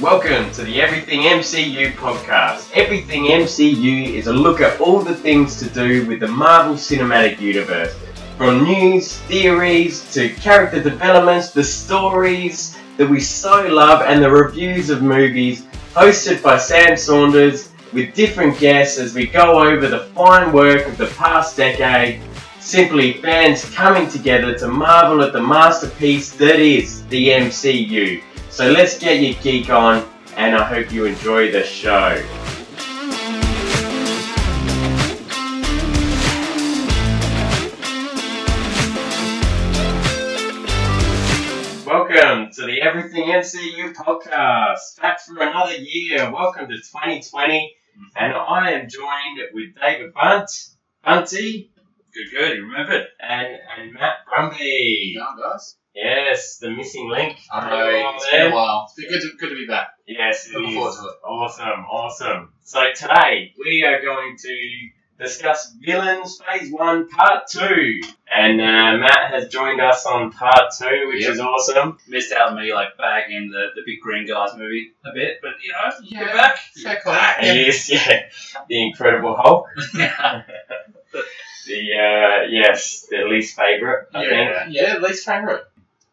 welcome to the Everything MCU podcast. Everything MCU is a look at all the things to do with the Marvel Cinematic Universe. From news, theories, to character developments, the stories that we so love, and the reviews of movies, hosted by Sam Saunders with different guests as we go over the fine work of the past decade. Simply fans coming together to marvel at the masterpiece that is the MCU. So let's get your geek on, and I hope you enjoy the show. Welcome to the Everything MCU podcast. Back for another year. Welcome to 2020, Mm-hmm. and I am joined with David Bunt, Bunty, Good, good. You remembered. and, and Matt Brumby. Yeah, guys. Yes, the missing link. I Hello, know, it's there. been a while. It's been good to, good to be back. Yes, it Looking is. forward to it. Awesome, awesome. So today we are going to discuss villains phase one, part two, and uh, Matt has joined us on part two, which Yep. is awesome. Missed out on me like bagging the, the big green guys movie a bit, but you know, Yeah. you're back. Fair call. back. And yes, yeah, the Incredible Hulk, the uh, yes, the least favorite. I think Yeah, yeah, least favourite.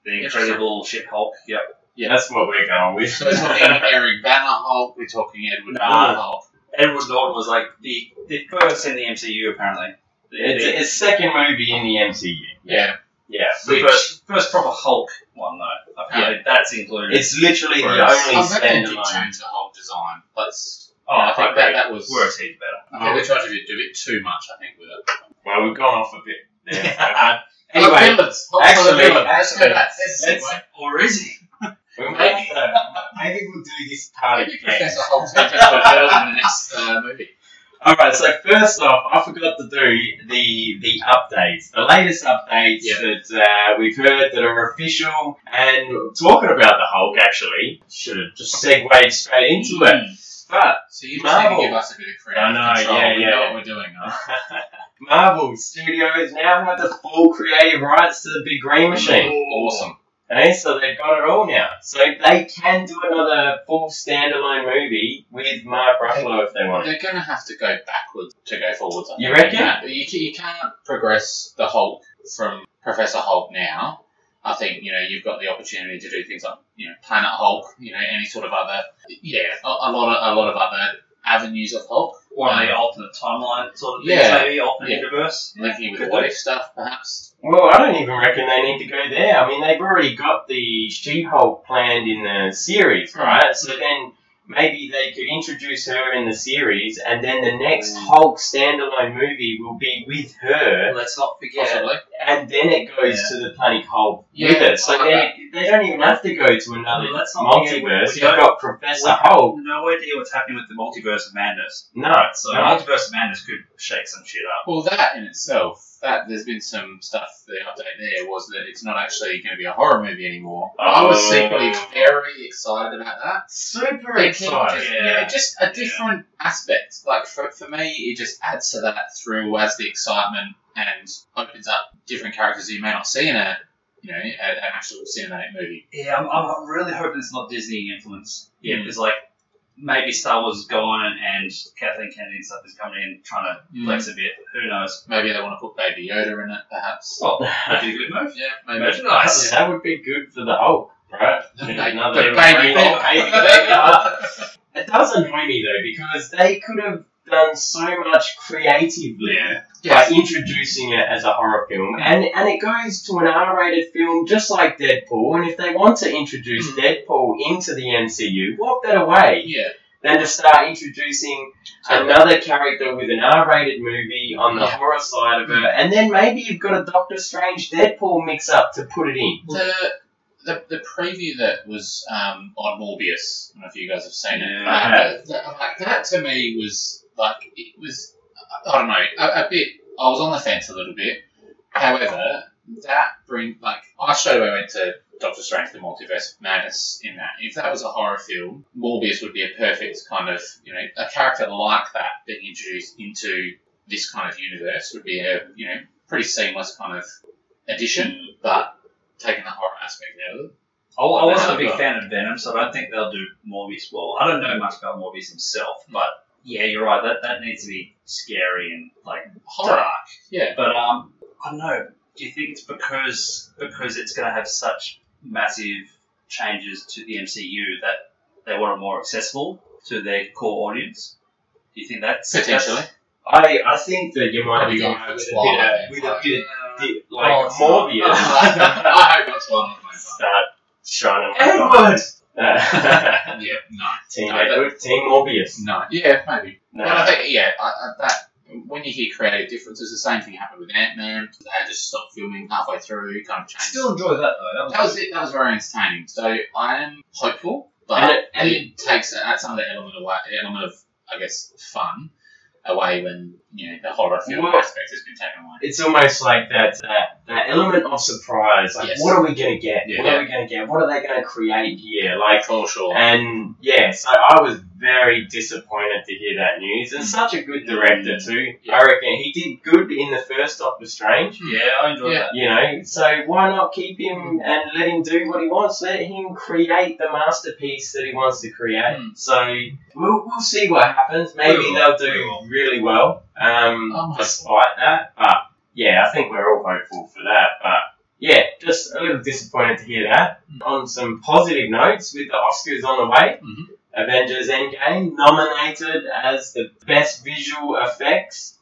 the incredible ship Hulk. Yep. Yeah. that's what we're going with. So we're talking Eric Banner Hulk, we're talking Edward Nah. Norton Hulk. Edward Norton was like the, the first in the MCU apparently. The, It's the- it's second movie in the MCU. Yeah. Yeah, the first, first proper Hulk one though. Apparently that's included. it's literally the Whereas- only I'm glad they did standalone. change the Hulk design. Let's. oh, I think that, that was. works heaps better. I think they tried to do, do a bit too much, I think, with it. Well, we've gone off a bit. There. but Hulk anyway, villains. Hulk for the actually- villain. actually, That's- that's- let's- anyway. Or is he? we might, uh, maybe we'll do this part Maybe again. Professor Hulk's going to turn into a villain in the next uh, movie. All right. So first off, I forgot to do the the updates, the latest updates Yeah. that uh, we've heard that are official. And talking about the Hulk, actually, should have just segued straight into it. But So you just need Marvel. to give us a bit of creative I know, control. yeah, we yeah. know what we're doing. Huh? Marvel Studios now have the full creative rights to the Big Green Machine. Awesome. Okay, so they've got it all now. So they can do another full standalone movie with Mark Ruffalo if they want. They're going to have to go backwards to go forwards. I You think. reckon? can't- You, ca- you can't progress the Hulk from Professor Hulk now. I think you know you've got the opportunity to do things like you know Planet Hulk, you know any sort of other yeah a, a lot of a lot of other avenues of Hulk, One of the alternate timeline sort of things, Yeah. maybe alternate Yeah. universe. linking with Could what do. if stuff perhaps. Well, I don't even reckon they need to go there. I mean, they've already got the She-Hulk planned in the series, right? So then maybe they could introduce her in the series, and then the next Mm. Hulk standalone movie will be with her, Let's not forget Possibly. and then it goes Yeah. to the Planet Hulk with Yeah, it. So I like they, they don't even have to go to another Well, that's um, not- yeah, we- we multiverse. You've don't- got Professor we- Hulk. no idea what's happening with the multiverse of madness. No, So no. multiverse of madness could shake some shit up. Well, that in itself, that there's been some stuff. The update there was that it's not actually going to be a horror movie anymore. I was secretly Oh. very excited about that. super They can excited. Just, yeah. yeah, just a different aspect. Like for, for me, it just adds to that through as the excitement and opens up different characters you may not see in a you know a, an actual cinematic movie. Yeah, I'm, I'm really hoping it's not Disney influence. Yeah, Mm. because like maybe Star Wars is gone and, and Kathleen Kennedy and stuff is coming in trying to flex a bit. Who knows? Maybe they want to put Baby Yoda in it, perhaps. Well, that'd be a good move. yeah, maybe. Merchandise. That would be good for the Hulk, right? Like, Another the baby baby Hulk. Hulk. It does annoy me though because they could have done so much creatively Yes. by introducing it as a horror film, and and it goes to an R-rated film just like Deadpool. And if they want to introduce Hmm. Deadpool into the MCU, what better way Yeah. than to start introducing So- another character with an R-rated movie on the Yeah. horror side of it, and then maybe you've got a Doctor Strange Deadpool mix-up to put it in. the, the the preview that was um, on Morbius. I don't know if you guys have seen it. Yeah, I have. Uh, that, like, that to me was like it was. I- I don't know. A, a bit. I was on the fence a little bit. However, that bring like I straight away went to Doctor Strange: The Multiverse of Madness. In that, if that was a horror film, Morbius would be a perfect kind of you know a character like that being introduced into this kind of universe would be a you know pretty seamless kind of addition. But taking the horror aspect out of it. I, I wasn't a Venom, big but- fan of Venom, so I don't think they'll do Morbius well. I don't know much about Morbius himself, but yeah, you're right. That that needs to be scary and like Horror. dark. Yeah. But um, I don't know. Do you think it's because because it's going to have such massive changes to the MCU that they want it more accessible to their core audience? Do you think that's Potentially. that's- I, I think that you might Have be you going gone with for a Twilight? bit of, with a bit of di- like Oh, it's not. Morbius. I hope that's one of my Start shining. Edward. Uh, Yeah, no. team No, Edward, Team Morbius. No. Yeah, maybe. No. Well, I think, yeah, I, I, that when you hear creative differences, the same thing happened with Ant Man. They just stopped filming halfway through, kind of changed. Still enjoy that though. that was it. That was very entertaining. So I am hopeful, but And it, it- and takes uh, some of the element away, element of I guess fun away when you know the horror film Well- aspect has been taken away. it's almost like that that, that element of surprise. Like, Yes. what are we gonna get? Yeah. What are we gonna get? What are they gonna create here? Like, For sure. and yeah, so I was very disappointed to hear that news. And Mm. such a good director too. Yeah. I reckon he did good in the first Doctor Strange. Yeah, I enjoyed Yeah. that. You know, so why not keep him and let him do what he wants? Let him create the masterpiece that he wants to create. Mm. So we'll, we'll see what happens. Maybe We will. they'll We do will. really well um, I'm hopeful. despite that. But yeah, I think we're all hopeful for that. But yeah, just a little disappointed to hear that. Mm. On some positive notes, with the Oscars on the way, Mhm. Avengers Endgame nominated as the best visual effects,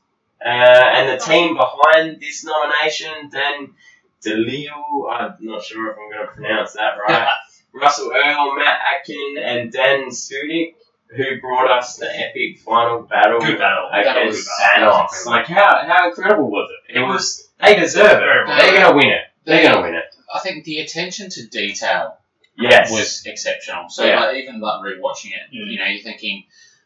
uh, and the team behind this nomination, Dan DeLeo, I'm not sure if I'm going to pronounce that right, Russell Earl, Matt Atkin, and Dan Sudik, who brought us the epic final battle Good battle. That against was- Thanos. Like, how, how incredible was it? It was, they deserve it. Very well. They're going to win it. They're going to win it. I think the attention to detail Yes. was exceptional. So Yeah. like, even like rewatching it, Mm. you know, you're thinking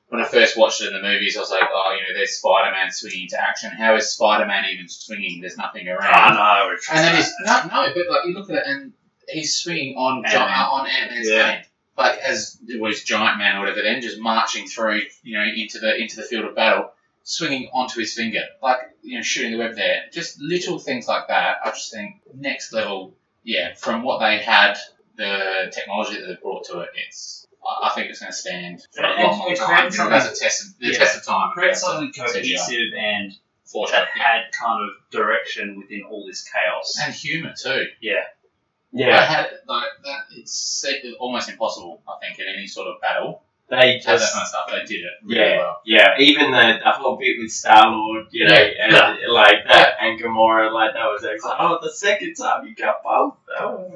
when I first watched it in the movies, I was like, oh, you know, there's Spider-Man swinging into action. How is Spider-Man even swinging? There's nothing around. Ah, no, and then he's no, no, but like you look at it and he's swinging on Gi- Ant-Man. uh, on Ant-Man's Yeah. hand, like as it was Giant Man or whatever. Then just marching through, you know, into the into the field of battle, swinging onto his finger, like you know, shooting the web there. Just little things like that. I just think next level. Yeah, from what they had, the technology that they brought to it, it's. I- I think it's going to stand for And- a and long, long create time. You know, something- That's a test, of, the Yeah. test of time. create That's a- something that's a CGI. cohesive and For that sure. had kind of direction within all this chaos. and humour too. I yeah. had like that. It's se- almost impossible, I think, in any sort of battle. They Have that just kind of stuff. They did it really Yeah. well. Yeah, even the, the whole bit with Star Lord, you know, Yeah, and, like that, and Gamora, like that was excellent. Oh, the second time you got both. Oh.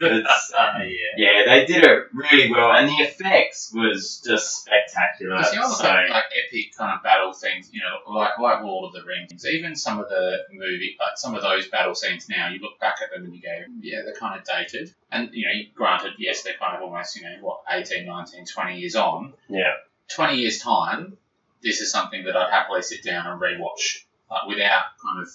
It's, Uh, uh, yeah. yeah, they did it really well, and the effects was just spectacular. Because the other So, thing, like epic kind of battle things, you know, like like Lord of the Rings, even some of the movie, like some of those battle scenes now, you look back at them and you go, yeah, they're kind of dated. And you know, granted, yes, they're kind of almost, you know, what 18, 19, 20 years on. Yeah. 20 years time, this is something that I'd happily sit down and rewatch, like without kind of,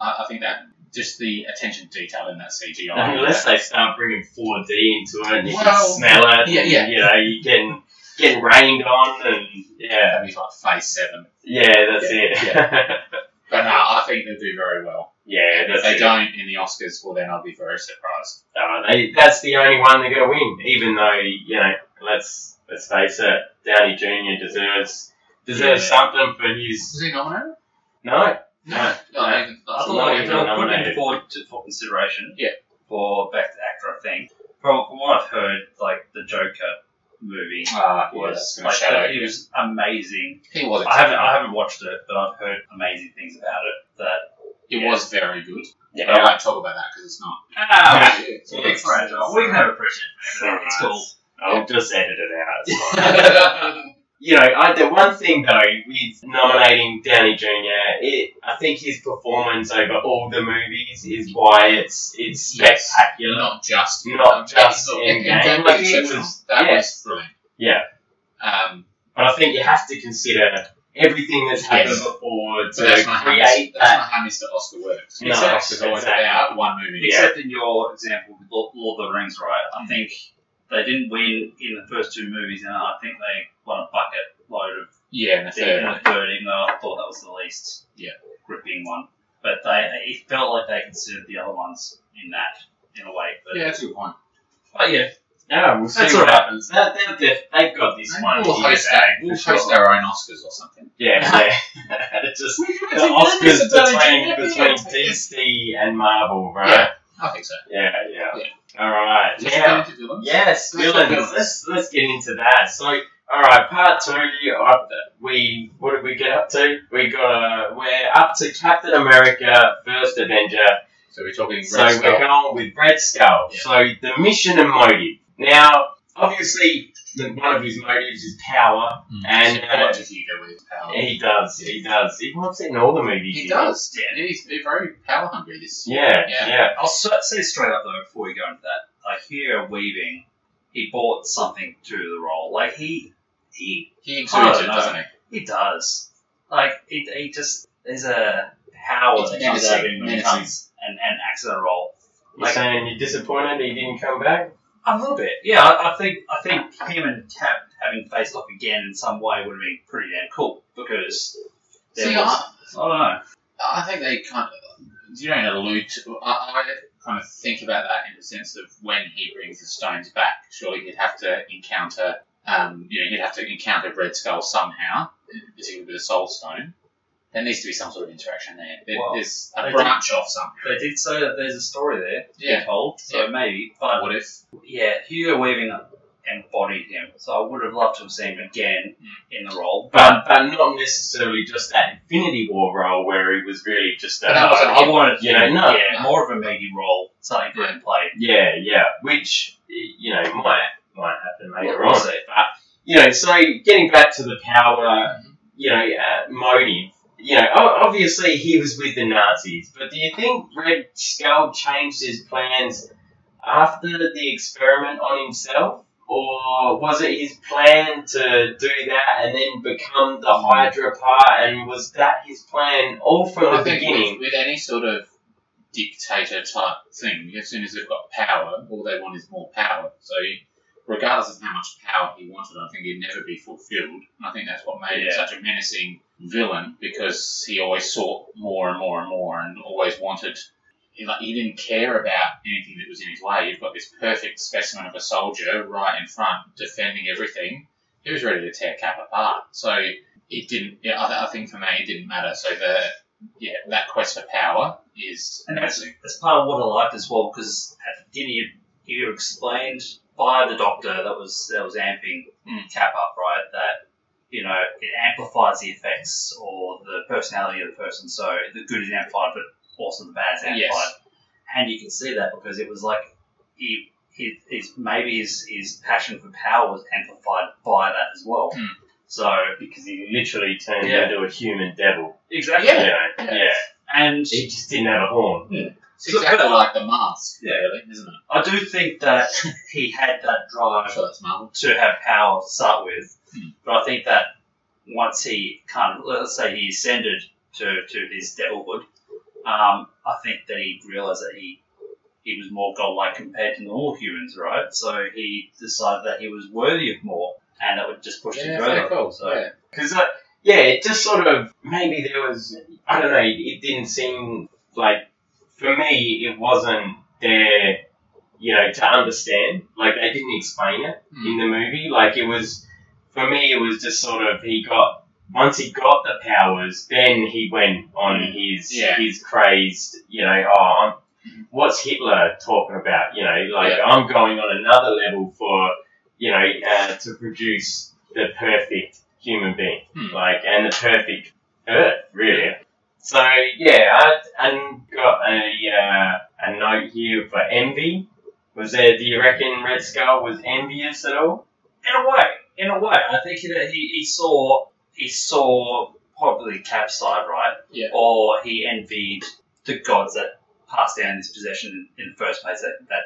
I, I think that just the attention to detail in that CGI. unless they start bringing 4D into it, and you Well, can smell it, yeah, and, yeah. you know, you getting getting rained on, and yeah, That'd be like phase seven. yeah, that's Yeah, it. But no, I think they'll do very well. yeah, And that's if they it. don't in the Oscars, well, then I'll be very surprised. Uh, they, that's the only one they're going to win. Even though you know, let's let's face it, Downey Jr. deserves deserves Yeah. something for his. Is he nominated? No, No. no, Oh, No. I mean, I that's not thought even we put nominated. him forward to, for consideration. Yeah. For back to actor, I think. From, from what I've heard, like the Joker movie Ah, yeah, that's was gonna like shadow. it was amazing. He was. I haven't exceptional. I haven't watched it, but I've heard amazing things about it. That It yeah. was very good. Yeah. But I won't talk about that because it's not. ah, It's we- not- it's fragile. We can have a prison. It's cool. I'll just edit it out. It's fine. yeah, you know, I, the one thing though with nominating Downey Jr. It, I think his performance over all the movies is why it's it's Yes. spectacular. not just. Not just In, in in game. terms of Like, it exceptional, was- that yes. was brilliant. Yeah. Um, But I think you have to consider everything that's happened Yes. before so that's to not, how Mr. create that's that. not how Mr. Oscar works. No, Mr. Oscar's always exactly. about one movie. Except in your example with Lord Lord of the Rings, right? I think they didn't win in the first two movies, and I think they won a bucket load of Yeah, and the things third in one. the third, even though I thought that was the least Yeah. gripping one. But they it felt like they considered the other ones in that in a way. But Yeah, that's a good point. But yeah, No, we'll see that's what what happens. happens. That, that, that, they've got this one. We'll in the host, bag, our, we'll for host sure. our own Oscars or something. Yeah, yeah. It's just the Oscars between, between DC and Marvel, right? Yeah, I think so. Yeah, yeah. Yeah. All right. Just Now, going to villains. Yes, Let's talk villains. villains. Let's let's get into that. So, all right, part two. Of the, we what did we get up to? We got uh, we're up to Captain America: First Avenger. So we're talking Red So we're Skull. going with Red Skull. Yeah. So the mission and motive. Now, obviously, the, one of his motives is power. Mm. and, So uh, how much does he go with his power? He does. He does. He wants it in all the movies. He does. Yeah, he's very power hungry. This Yeah, yeah. Yeah. I'll s- say straight up though, before we go into that, I hear weaving. He bought something to the role. Like he, he, he exudes Oh, it, no. doesn't he? he does. Like he, he just there's a power It's that comes out of him when he menacing, comes and and acts in a role. You're Like- saying you're disappointed he didn't come back? A little bit, yeah. I, I think I think him and Cap having faced off again in some way would have been pretty damn cool because there See, was, I, don't know. I think they kind of you don't allude to. I, I kind of think about that in the sense of when he brings the stones back. Surely he'd have to encounter, um, you know, he'd have to encounter Red Skull somehow, particularly with the Soul Stone. There needs to be some sort of interaction there. there Well, there's a they branch off somehow. They did say that there's a story there to Yeah. be told, so maybe. But What if? yeah, Hugo Weaving embodied him, so I would have loved to have seen him again Hmm. in the role. But But, but not necessarily just that Infinity War role where he was really just a. But that was a- I wanted, You know, no. yeah, more of a meaty role, something for him to play. Yeah, yeah. Which you know might might happen later We'll on. see. But you know, so getting back to the power, you know, uh, motive. You know, o- obviously he was with the Nazis, but do you think Red Skull changed his plans after the experiment on himself, or was it his plan to do that and then become the Hydra part? And was that his plan all from I the think beginning? with, with any sort of dictator type thing, as soon as they've got power, all they want is more power. So, regardless of how much power he wanted, I think he'd never be fulfilled. And I think that's what made him Yeah. such a menacing villain because he always sought more and more and more and always wanted. He, like, he didn't care about anything that was in his way. You've got this perfect specimen of a soldier right in front, defending everything. He was ready to tear Cap apart. So it didn't. Yeah, I, I think for me, it didn't matter. So the yeah, that quest for power is And that's, amazing. that's part of what I liked as well, because at the beginning you, you were explained by the doctor that was that was amping Mm. Cap up, right? That you know it amplifies the effects or the personality of the person. So the good is amplified, but also the bad is amplified. Yes. And you can see that because it was like he, he, his maybe his, his passion for power was amplified by that as well. Mm. So Because he literally turned Yeah. into a human devil. exactly, Yeah. You know? Yeah. yeah. and He just didn't have a horn. It's So- exactly like the mask, Yeah. really, isn't it? I do think that he had that I'm drive sure that's Marvel. to have power to start with. Hmm. But I think that once he kind of, let's say he ascended to, to his devilhood, um, I think that he realized that he he was more godlike compared to normal humans, right? So he decided that he was worthy of more, and that would just push him very further. cool. So yeah. Because, uh, yeah, it just sort of maybe there was I don't know. It didn't seem like for me it wasn't there, you know, to understand. Like they didn't explain it in Mm. the movie. Like it was for me, it was just sort of he got once he got the powers, then he went on his Yeah. his crazed, you know, oh, I'm, what's Hitler talking about? You know, like Yeah. I'm going on another level for you know uh, to produce the perfect human being, Hmm. like and the perfect Earth, really. So yeah, I and got a uh, a note here for envy. Was there? Do you reckon Red Skull was envious at all? in a way, in a way, I think that he, he saw he saw probably Cap's side, right? Yeah. Or he envied the gods that passed down this possession in the first place. That, that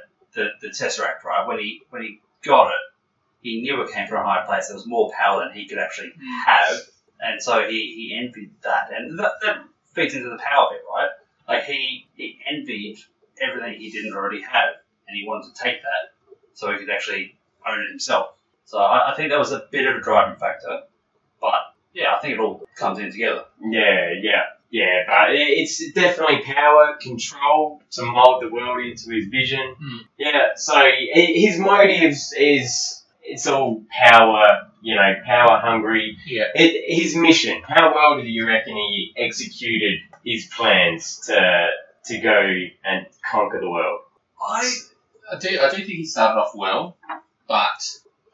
the, the Tesseract, right? When he when he got it, he knew it came from a higher place. There was more power than he could actually Mm. have, and so he, he envied that, and that, that feeds into the power bit, right? Like he he envied everything he didn't already have, and he wanted to take that so he could actually own it himself. So I, I think that was a bit of a driving factor. But yeah, I think it all comes in together. Yeah, yeah. Yeah, but it's definitely power, control to mold the world into his vision. Hmm. Yeah, so i- his motives is it's all power, you know, power hungry. Yeah. It, his mission. How well do you reckon he executed his plans to to go and conquer the world? I, I do I do think he started off well, but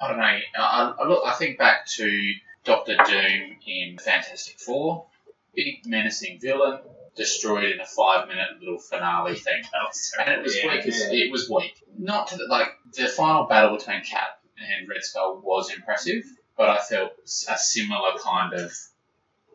I don't know. I, I- I look I think back to Doctor Doom in Fantastic Four, big menacing villain destroyed in a five minute little finale thing, That was and terrible. it was Yeah, weak. as- yeah. It was weak. Not to the, like the final battle between Cap and Red Skull was impressive, but I felt s- a similar kind of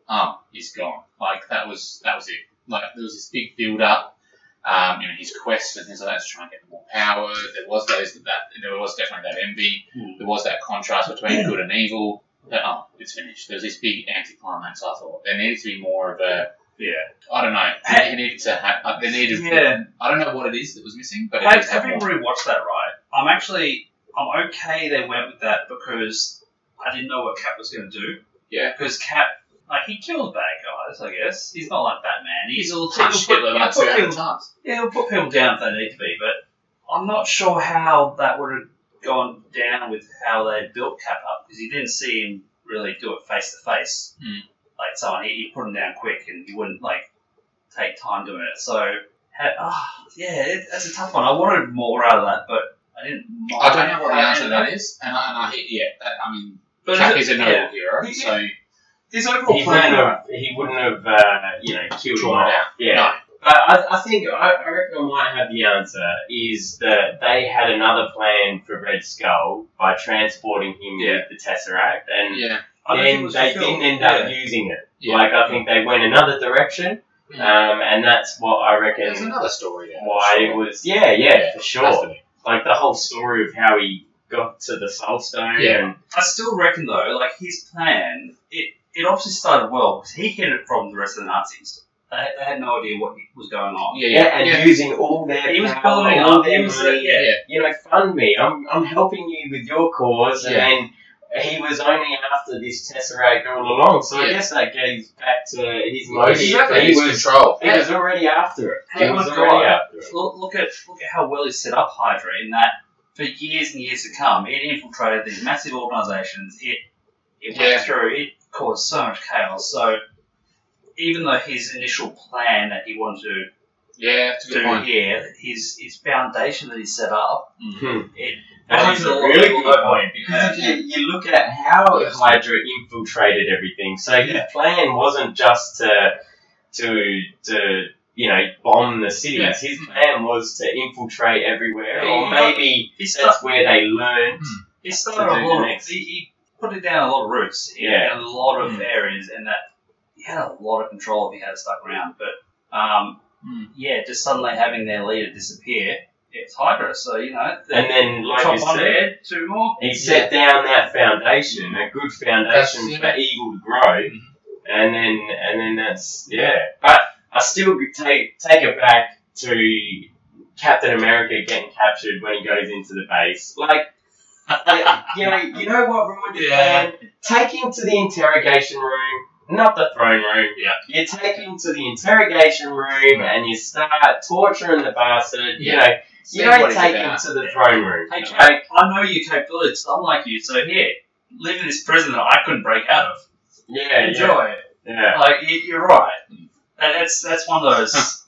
um, he's gone. Like that was that was it. Like there was this big build up, um, you know, his quest and things like that to try and get more power. There was those that there was definitely that envy. Hmm. There was that contrast between good and evil. But, oh, it's finished. There was this big anticlimax. I thought there needed to be more of a Yeah. I don't know. They needed to have. They needed. Yeah. I don't know what it is that was missing, but it Have, did have having more. rewatched that, right, I'm actually I'm okay they went with that because I didn't know what Cap was going to do. Yeah. Because Cap, like, he kills bad guys, I guess. He's not like Batman. He's He's a little touch He'll put- Hitler like he'll two put hundred people- times. yeah, he'll put people down if they need to be, but I'm not sure how that would have gone down with how they built Cap up because you didn't see him really do it face to face. Hmm. Like someone, he, he put him down quick and he wouldn't like take time doing it. So, ha- ah, yeah, it, that's a tough one. I wanted more out of that, but I didn't. Mind I don't know what the how answer to they- that is, and I, and I yeah, that, I mean, But Cap it- is a noble yeah. hero, Yeah. so His He overall wouldn't plan. have, he wouldn't have uh, you know killed him drawn it off. out. Yeah. No. But I, I think I, I reckon I might have the answer is that they had another plan for Red Skull by transporting him Yeah. with the Tesseract, and Yeah, I don't think it then was they fulfilled. didn't end up Yeah. using it. yeah. Like I think they went another direction, Mm. um, and that's what I there's reckon another story. there, why sure. it was. Yeah, yeah, Yeah, for That's sure. the- Like the whole story of how he got to the Soul Stone. Yeah. and- I still reckon though, like his plan, it it obviously started well because he hid it from the rest of the Nazis. They, they had no idea what was going on. Yeah, yeah, and yeah. using all their He was power, building all up. their He was money, like, yeah. you know, fund me. I'm, I'm helping you with your cause. And Yeah. then he was only after this Tesseract all along. So I Yeah. guess that goes back to his Well, motive. he's definitely He his was, control. he was already after it. He Hey, was look, already right. after it. Look, look at look at how well he set up Hydra in that for years and years to come, it infiltrated these massive organizations. It it Yeah. went through. It caused so much chaos. So even though his initial plan that he wanted to Yeah, that's a good do point. here, his his foundation that he set up, Hmm. it That is it a all- really all good over. point because you, you look at how Hydra infiltrated everything. So his Yeah. plan wasn't just to to to you know bomb the cities. Yeah. His plan was to infiltrate everywhere, Yeah, or he- maybe He started that's where they learned. He started to do a lot the of next. he, he put it down a lot of roots in, Yeah. in a lot of Mm. areas, and that he had a lot of control if he had stuck around. But um, Mm. yeah, just suddenly having their leader disappear, it's Hydra. So you know, the, And then, like chop you one said, there, two more. He set down that foundation, a good foundation That's- for evil to grow, Mhm. and then and then that's yeah. But I still could take take it back to Captain America getting captured when he goes into the base. Like you know, you know what ruined it, Yeah. man? Take him to the interrogation room, not the throne room. Yeah. You take him to the interrogation room and you start torturing the bastard. You Yeah. know, you See what don't he's take him about. to the throne room. Hey, Like, Jake, I know your capabilities. 'cause I'm like you. So here, live in this prison that I couldn't break out of. yeah, Enjoy yeah, it. yeah. Like you, you're right. That, that's that's one of those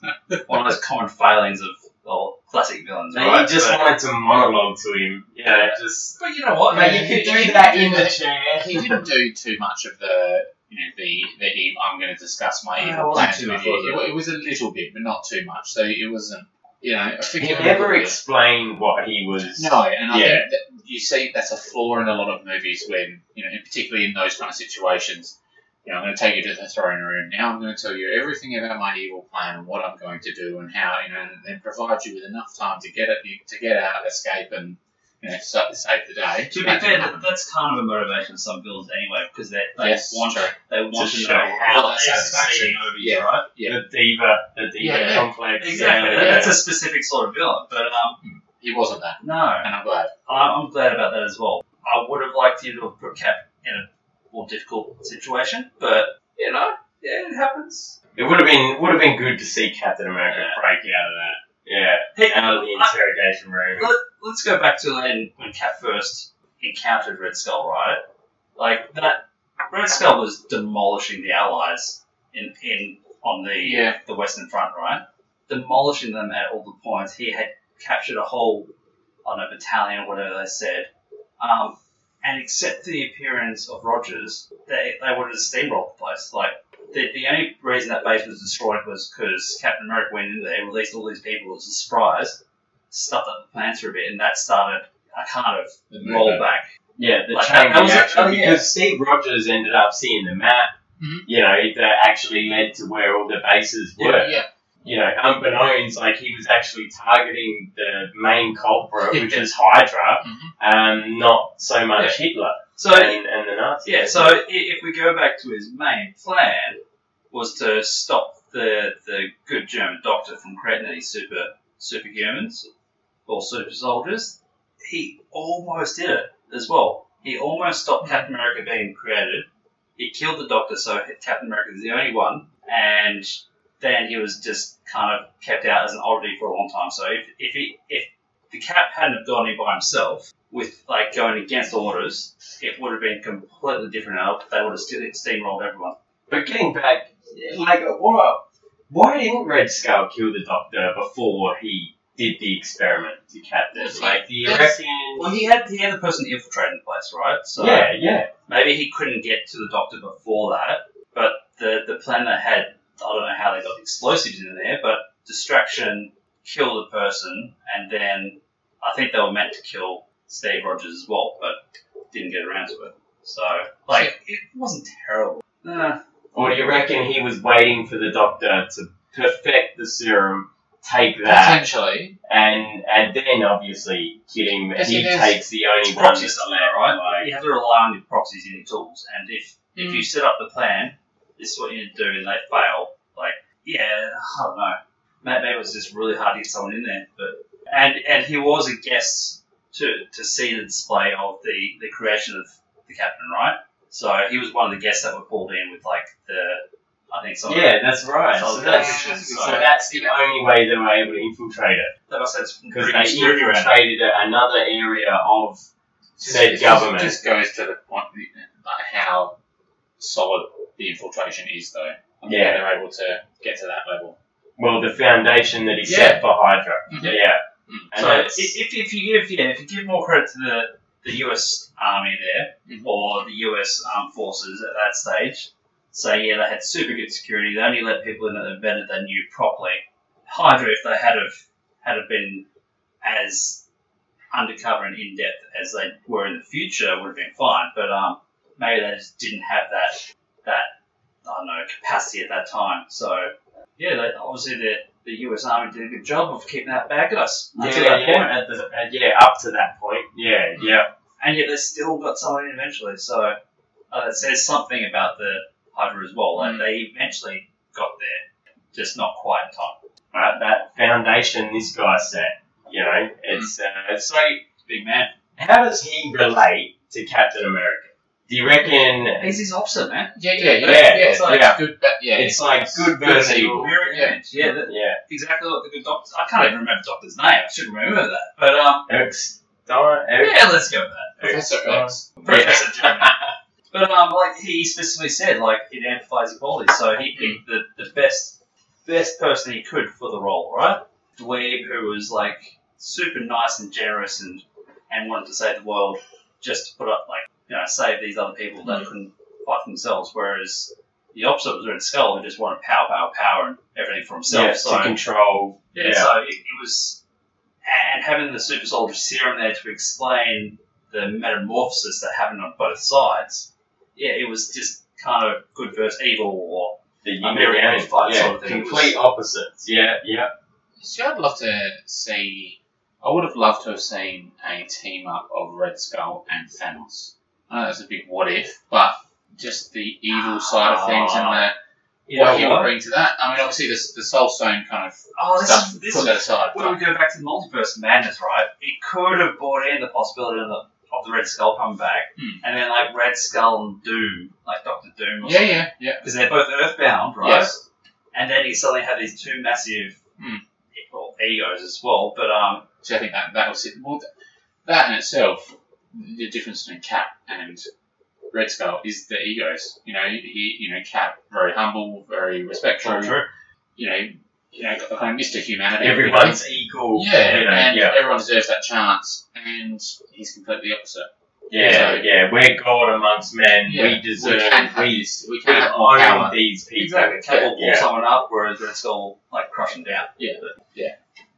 one of those common failings of well, classic villains. They Right? just But- wanted to monologue to him. You know, just. but you know what? Like, man, you could you- do that in the chair. he didn't do too much of the you know the the evil, I'm going to discuss my Yeah, it evil wasn't plans too with much, you. was It, wa- it was a little bit, but not too much. So it wasn't you know. I think He it was a never little bit. explained what he was. No, and I Yeah. think that you see that's a flaw in a lot of movies when, you know, and particularly in those kind of situations, you know, I'm going to take you to the throne room. Now I'm going to tell you everything about my evil plan and what I'm going to do and how, you know, and then provide you with enough time to get it, to get out, escape, and you know, sa- save the day. To be That fair, didn't that, happen. that's kind of a motivation of some villains anyway, because they, they Yes, want true. they want to, show know how how that they satisfaction- succeed over you, yeah. right? The diva, the diva Yeah, yeah. complex. Exactly. Yeah, That's a specific sort of villain, but um, he wasn't that, no, and I'm glad. I- I'm glad about that as well. I would have liked you to have put Cap in a more difficult situation, but you know, yeah, it happens. It would have been would have been good to see Captain America Yeah. break out of that. Yeah, Hey, out of the I- interrogation room. Let, let's go back to when, when Cap first encountered Red Skull, right? Like that, Red Skull was demolishing the Allies in, in on the Yeah. the Western Front, right? Demolishing them at all the points. He had captured a whole, on a battalion or whatever they said, um, and except for the appearance of Rogers, they they wanted to steamroll the place. Like the, the only reason that base was destroyed was because Captain America went in there, released all these people as a surprise stuffed up the plants for a bit, and that started a kind of The rollback. Yeah, the Like, chain that was a- reaction oh, yeah. because Steve Rogers ended up seeing the map. Mhm. Mm-hmm. You know that actually led to where all the bases were. Yeah, yeah. You know, unbeknownst, like he was actually targeting the main culprit, which Yeah. is Hydra, Mhm. um, not so much Hitler Mm-hmm. So and, and the Nazis. yeah, so i- if we go back to his main plan, was to stop the the good German doctor from creating these super superhumans or super soldiers. He almost did it as well. He almost stopped Captain America being created. He killed the doctor, so Captain America is the only one, and then he was just kind of kept out as an oddity for a long time. So if if he if the Cap hadn't have gone in by himself with like going against orders, it would have been completely different out. They would have still steamrolled everyone. But getting back, like, what? Why didn't Red Skull kill the Doctor before he did the experiment to Captain? Like, do you Yes. reckon? Well, he had he had the person infiltrating the place, right? So yeah, yeah. maybe he couldn't get to the doctor before that. But the the plan they had, I don't know how they got the explosives in there, but distraction, kill the person, and then I think they were meant to kill Steve Rogers as well, but didn't get around to it. So like it wasn't terrible. Nah, Or do you reckon he was waiting for the Doctor to perfect the serum, take that, Potentially. and and then obviously kill him, and Yes, he it is. takes the only It's one proxy that's stuff, left, right? Like, you have to rely on your proxies and your tools. And if if you set up the plan, this is what you need to do, and they fail. Like, yeah, I don't know. May- Maybe it was just really hard to get someone in there. But and and he was a guest to to see the display of the the creation of the captain, right? So he was one of the guests that were pulled in with like the I think some yeah, that's right. So, So that's, that's- so that's the only way they were able to infiltrate it they must have some because pretty they good theory around it. infiltrated it another area of said it government. Just goes to the point like how solid the infiltration is, though. I mean, Yeah. they're able to get to that level. well the foundation that he set for Hydra. Mhm. Yeah, Mm. and So that's- i- if, if you give yeah, if you give more credit to the, the U.S. Army there Mm-hmm. Mhm. or the U.S. armed forces at that stage, say yeah, they had super good security. They only let people in that they vetted they knew properly. Hydra, if they had have had have been as undercover and in depth as they were in the future, would have been fine. But um, maybe they just didn't have that that I don't know capacity at that time. So yeah, they, obviously the the U.S. Army did a good job of keeping that back at us until yeah, that yeah, point. at the- at- yeah, up to that point. Yeah, yeah. and yet they still got someone in eventually. So uh, it says something about the Hydra as well. Like Mm. they eventually got there, just not quite in time. Right, that foundation this guy set. You know, it's uh, so. Big man, How does he relate to Captain America? Do you reckon he's his opposite man. Yeah, yeah, yeah. Yeah, yeah, it's so like- it's good, but yeah, it's like good versus evil? Mirror Yeah. image, yeah, that, Yeah. exactly what the good doctor. I can't even remember the doctor's name. I should remember that. But um, Ex- Dora- Ex- yeah, let's go with that. Professor Dora- X. Professor German. But um, like he specifically said, like it amplifies your qualities. So he picked the, the best best person he could for the role, right? Dweeb, who was like super nice and generous and and wanted to save the world, just to put up like you know save these other people that couldn't fight for themselves. Whereas the opposite was Red Skull, who just wanted power, power, power, and everything for himself. Yeah, so to control. yeah, Yeah. so it, it was, and having the super soldier serum there to explain the metamorphosis that happened on both sides. Yeah, it was just kind of good versus evil, or The A mirror union. image fight yeah, sort of thing. Complete opposites. Yeah, yeah. See, I'd love to see. I would have loved to have seen a team up of Red Skull and Thanos. I know that's a big what if, but just the evil side of things and the, you Ah, what he know would what? bring to that. I mean, obviously, the, the Soul Stone kind of Oh, stuff, this, put this that aside. when we But, go back to the multiverse madness, right? It could have brought in the possibility of the, of the Red Skull coming back, Hmm. and then like Red Skull and Doom, like Doctor Doom, or yeah, yeah, yeah. because they're both Earthbound, right? Yes. and then he suddenly had these two massive Hmm. well, egos as well. But um, So I think that that was it. Well, th- that in itself, the difference between Cap and Red Skull is the egos. You know, he, you know, Cap very humble, very respectful. You know, you know, got kind of Mr. Humanity. Everyone's equal. yeah, you know, and yeah, everyone deserves that chance, and he's completely the opposite. yeah, yeah. We're God amongst men. Yeah. We deserve. we can have we this. We we can have more own power. these people. Exactly. Cap will pull Yeah. someone up, whereas Red Skull like crush him down. Yeah. But- Yeah.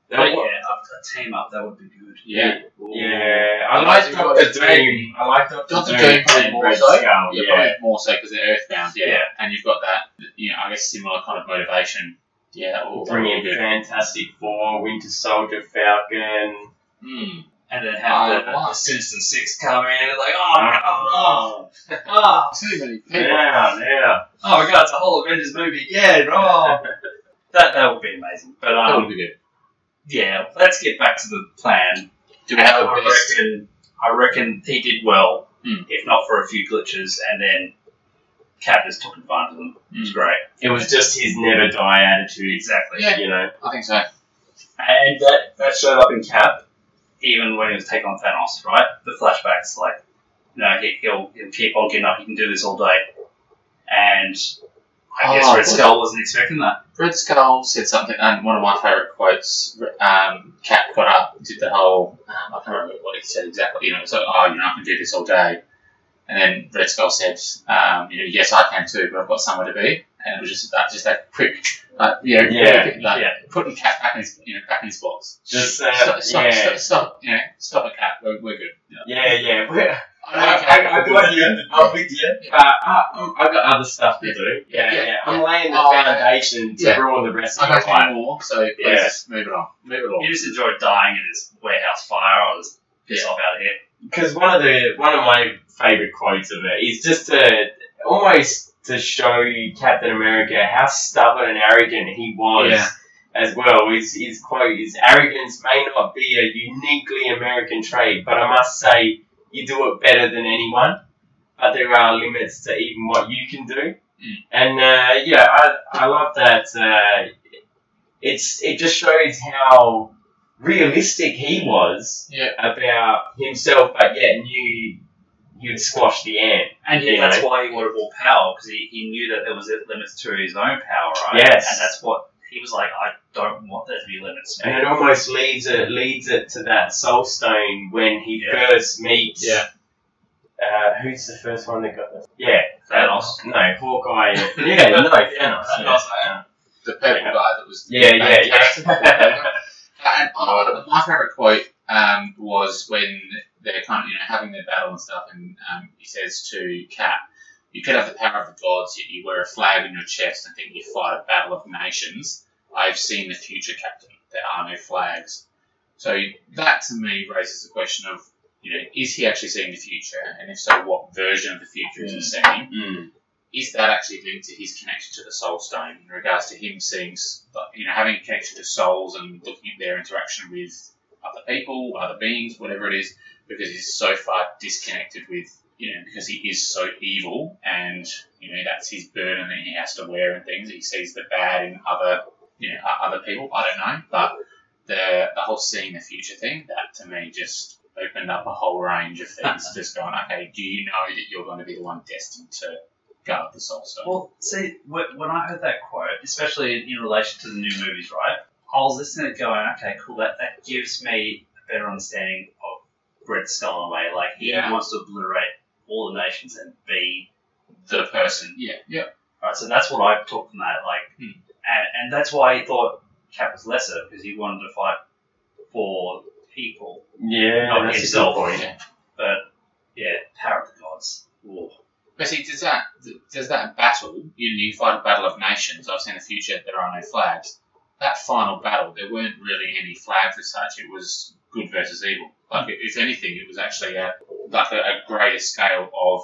They But would- yeah, a team up, that would be good. Yeah. Yeah, I like Doctor Doom. I like Doctor Doctor Doom Doom probably and more Red so. Skull. Yeah, Yeah, probably more so because they're earthbound. Yeah. Yeah. and you've got that. You know, I guess similar kind of motivation. Yeah, that will bring that will in be good. Fantastic Four, Winter Soldier, Falcon. Mm. And then I have the, the want- Sinister Six come in and like, Uh-huh. oh, no, oh, oh, Too many Yeah, yeah. oh my god, it's a whole Avengers movie again. Oh. that that would be amazing. But That would um, be good. yeah, let's get back to the plan. Do we have I a best? reckon I reckon he did well, Hmm. if not for a few glitches, and then Cap just took advantage of them. It was great. It was just his never die attitude, Exactly. Yeah. you know. I think so. And that, that showed up in Cap, even when he was taking on Thanos, right? The flashbacks, like, you know, he, he'll, he'll keep on getting up, he can do this all day. And I guess Oh, Red Skull wasn't expecting that. Red Skull said something, and one of my favourite quotes. Um, Cap got up, did the whole. Um, I can't remember what he said exactly. You know, it's like, oh, you know, I can do this all day. And then Red Skull said, um, you know, yes, I can too, but I've got somewhere to be. And it was just that, just that quick, like, you know, Yeah, quick, like, yeah. putting Cap back in his, you know, back in his box. Just uh, Stop, stop, yeah, stop, stop, you know, stop it, Cap. We're, we're good. yeah, yeah. We're- I know I, Cap. I, I got you. I'm with you. But I, I'm- um, I've got other stuff to do. Yeah, Yeah. yeah. I'm laying the Oh, yeah. foundation to Yeah. ruin the rest I of my got life. you more, so please Yeah. just move it on. Move it He on. just enjoyed dying in his warehouse fire. I'll just piss off out of here. because one of the one of my favorite quotes of it is just to almost to show Captain America how stubborn and arrogant he was Yeah. as well. His his quote is arrogance may not be a uniquely American trait, but I must say you do it better than anyone. But there are limits to even what you can do. Mm. And uh, yeah, I I love that. Uh, it's it just shows how realistic he was Yeah. about himself, but yet knew he would squash the ant. And yeah, You that's know? why he wanted more power, because he, he knew that there was limits to his own power, right? Yes. And that's what he was like, I don't want there to be limits. And it almost leads it leads it to that soul stone when he Yeah. first meets. Yeah. Uh, who's the first one that got this? Yeah, Thanos. No, Hawkeye. yeah, no, Thanos. Yeah, The purple Yeah. guy that was. yeah, yeah. yeah. And uh, my favourite quote um, was when they're kind of you know having their battle and stuff, and um, he says to Cap, "You could have the power of the gods, yet you wear a flag on your chest and think you fight a battle of nations. I've seen the future, Captain. There are no flags." So that to me raises the question of, you know, is he actually seeing the future, and if so, what version of the future is he seeing? Mm. is that actually linked to his connection to the Soul Stone in regards to him seeing, s- like, you know, having a connection to souls and looking at their interaction with other people, other beings, whatever it is, because he's so far disconnected with, you know, because he is so evil and, you know, that's his burden that he has to wear and things. He sees the bad in other, you know, o- other people. I don't know, but the, the whole seeing the future thing, that to me just opened up a whole range of things. just going, okay, do you know that you're going to be the one destined to guard the soul stone. Well, see, wh- when I heard that quote, especially in, in relation to the new movies, right? I was listening to it going, okay, cool, that, that gives me a better understanding of Red Skull in a way. Like, he Yeah. wants to obliterate all the nations and be. the person. Yeah, yeah. Right, so that's what I took from that. Like, Hmm. and, and that's why he thought Cap was lesser, because he wanted to fight for people. Yeah, Not that's a himself. good point. Yeah. But, yeah, power of the gods. Ooh. But see, does that does that battle? You know, you fight a battle of nations. I've seen the future. There are no flags. That final battle, there weren't really any flags as such. It was good versus evil. Hmm. Like if anything, it was actually a like a, a greater scale of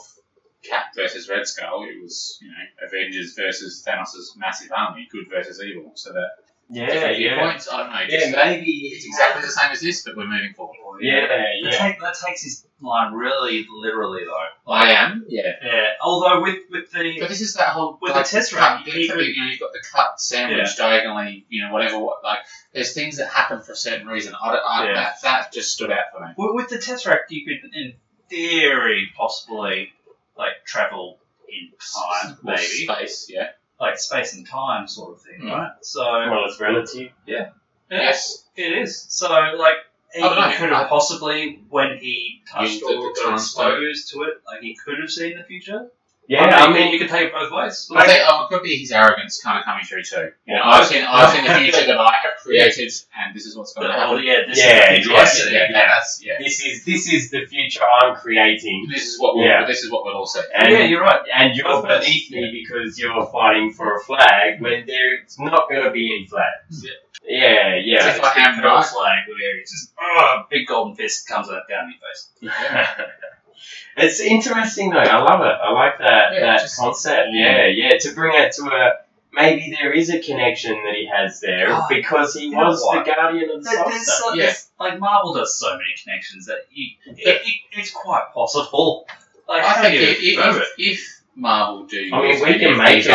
Cap versus Red Skull. It was you know Avengers versus Thanos' massive army, good versus evil. So that Yeah, different yeah. viewpoints. I don't know. Just Yeah, that maybe it's exactly the same as this, but we're moving forward. Yeah, That, yeah. take, that takes his line really literally though. I am, yeah. Yeah. Although with with But the this is that whole With like, the test cut, round, bit he that could- you know, you've got the cut sandwich diagonally, you know, whatever. What like there's things that happen for a certain reason. I, don't- I, Yeah. that, that just stood out for me. with, with the tesseract, you could in theory possibly like travel in time, Or maybe space, yeah. like space and time sort of thing, Mm. right? So Well, it's relative. yeah, it is. So like. He, I don't know. he could have I- possibly, when he Used touched the- the or got time slope. exposed to it, like he could have seen the future. Yeah, I mean, you could take it both ways. I Like, think oh, it could be his arrogance kind of coming through too. You know, Yeah. I've seen I've seen the future that I have created, and this is what's going to oh, happen. yeah, this Yeah, is the future I yeah, see. yeah, that's yeah. this is this is the future I'm creating. This is what we'll, Yeah. this is what we'll all see. And, yeah, you're right. and you're Well, that's- beneath me because you're fighting for a flag when there's not going to be any flags. Yeah, yeah. It's like I am But right. also, like, where it's just, oh, big golden fist comes up down your face. it's interesting though. I love it. I like that Yeah, that just- concept. Yeah, yeah. To bring it to a maybe there is a connection that he has there Oh, because he you know was what? the guardian of the Like, Solstar. there's so, Yeah. there's- like, Marvel does so many connections that you, it, it, it's quite possible. Like, I how think do you if, prove if, if Marvel do, I mean, use Oh, we any can of make these it.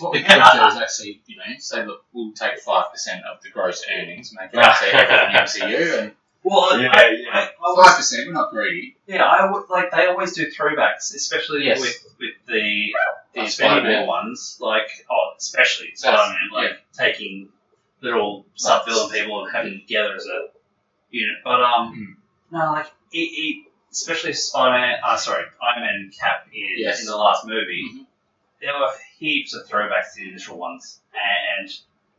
What we could do is actually, you know, say look, we'll take five percent of the gross earnings, make it up to everything in the MCU, and Well, Yeah, I, yeah. I, I five was, percent. We're not greedy. yeah, I would, like, they always do throwbacks, especially Yes. with, with the, the That's Spider-Man Spider-Man. ones. Like, oh, especially That's- Spider-Man, like, taking little sub-villain people and having them together as a unit. But, um... Hmm. No, like it, it especially Spider-Man. Uh, sorry, Iron Man and Cap is Yes. in the last movie. Mm-hmm. Mhm. There were heaps of throwbacks to the initial ones, and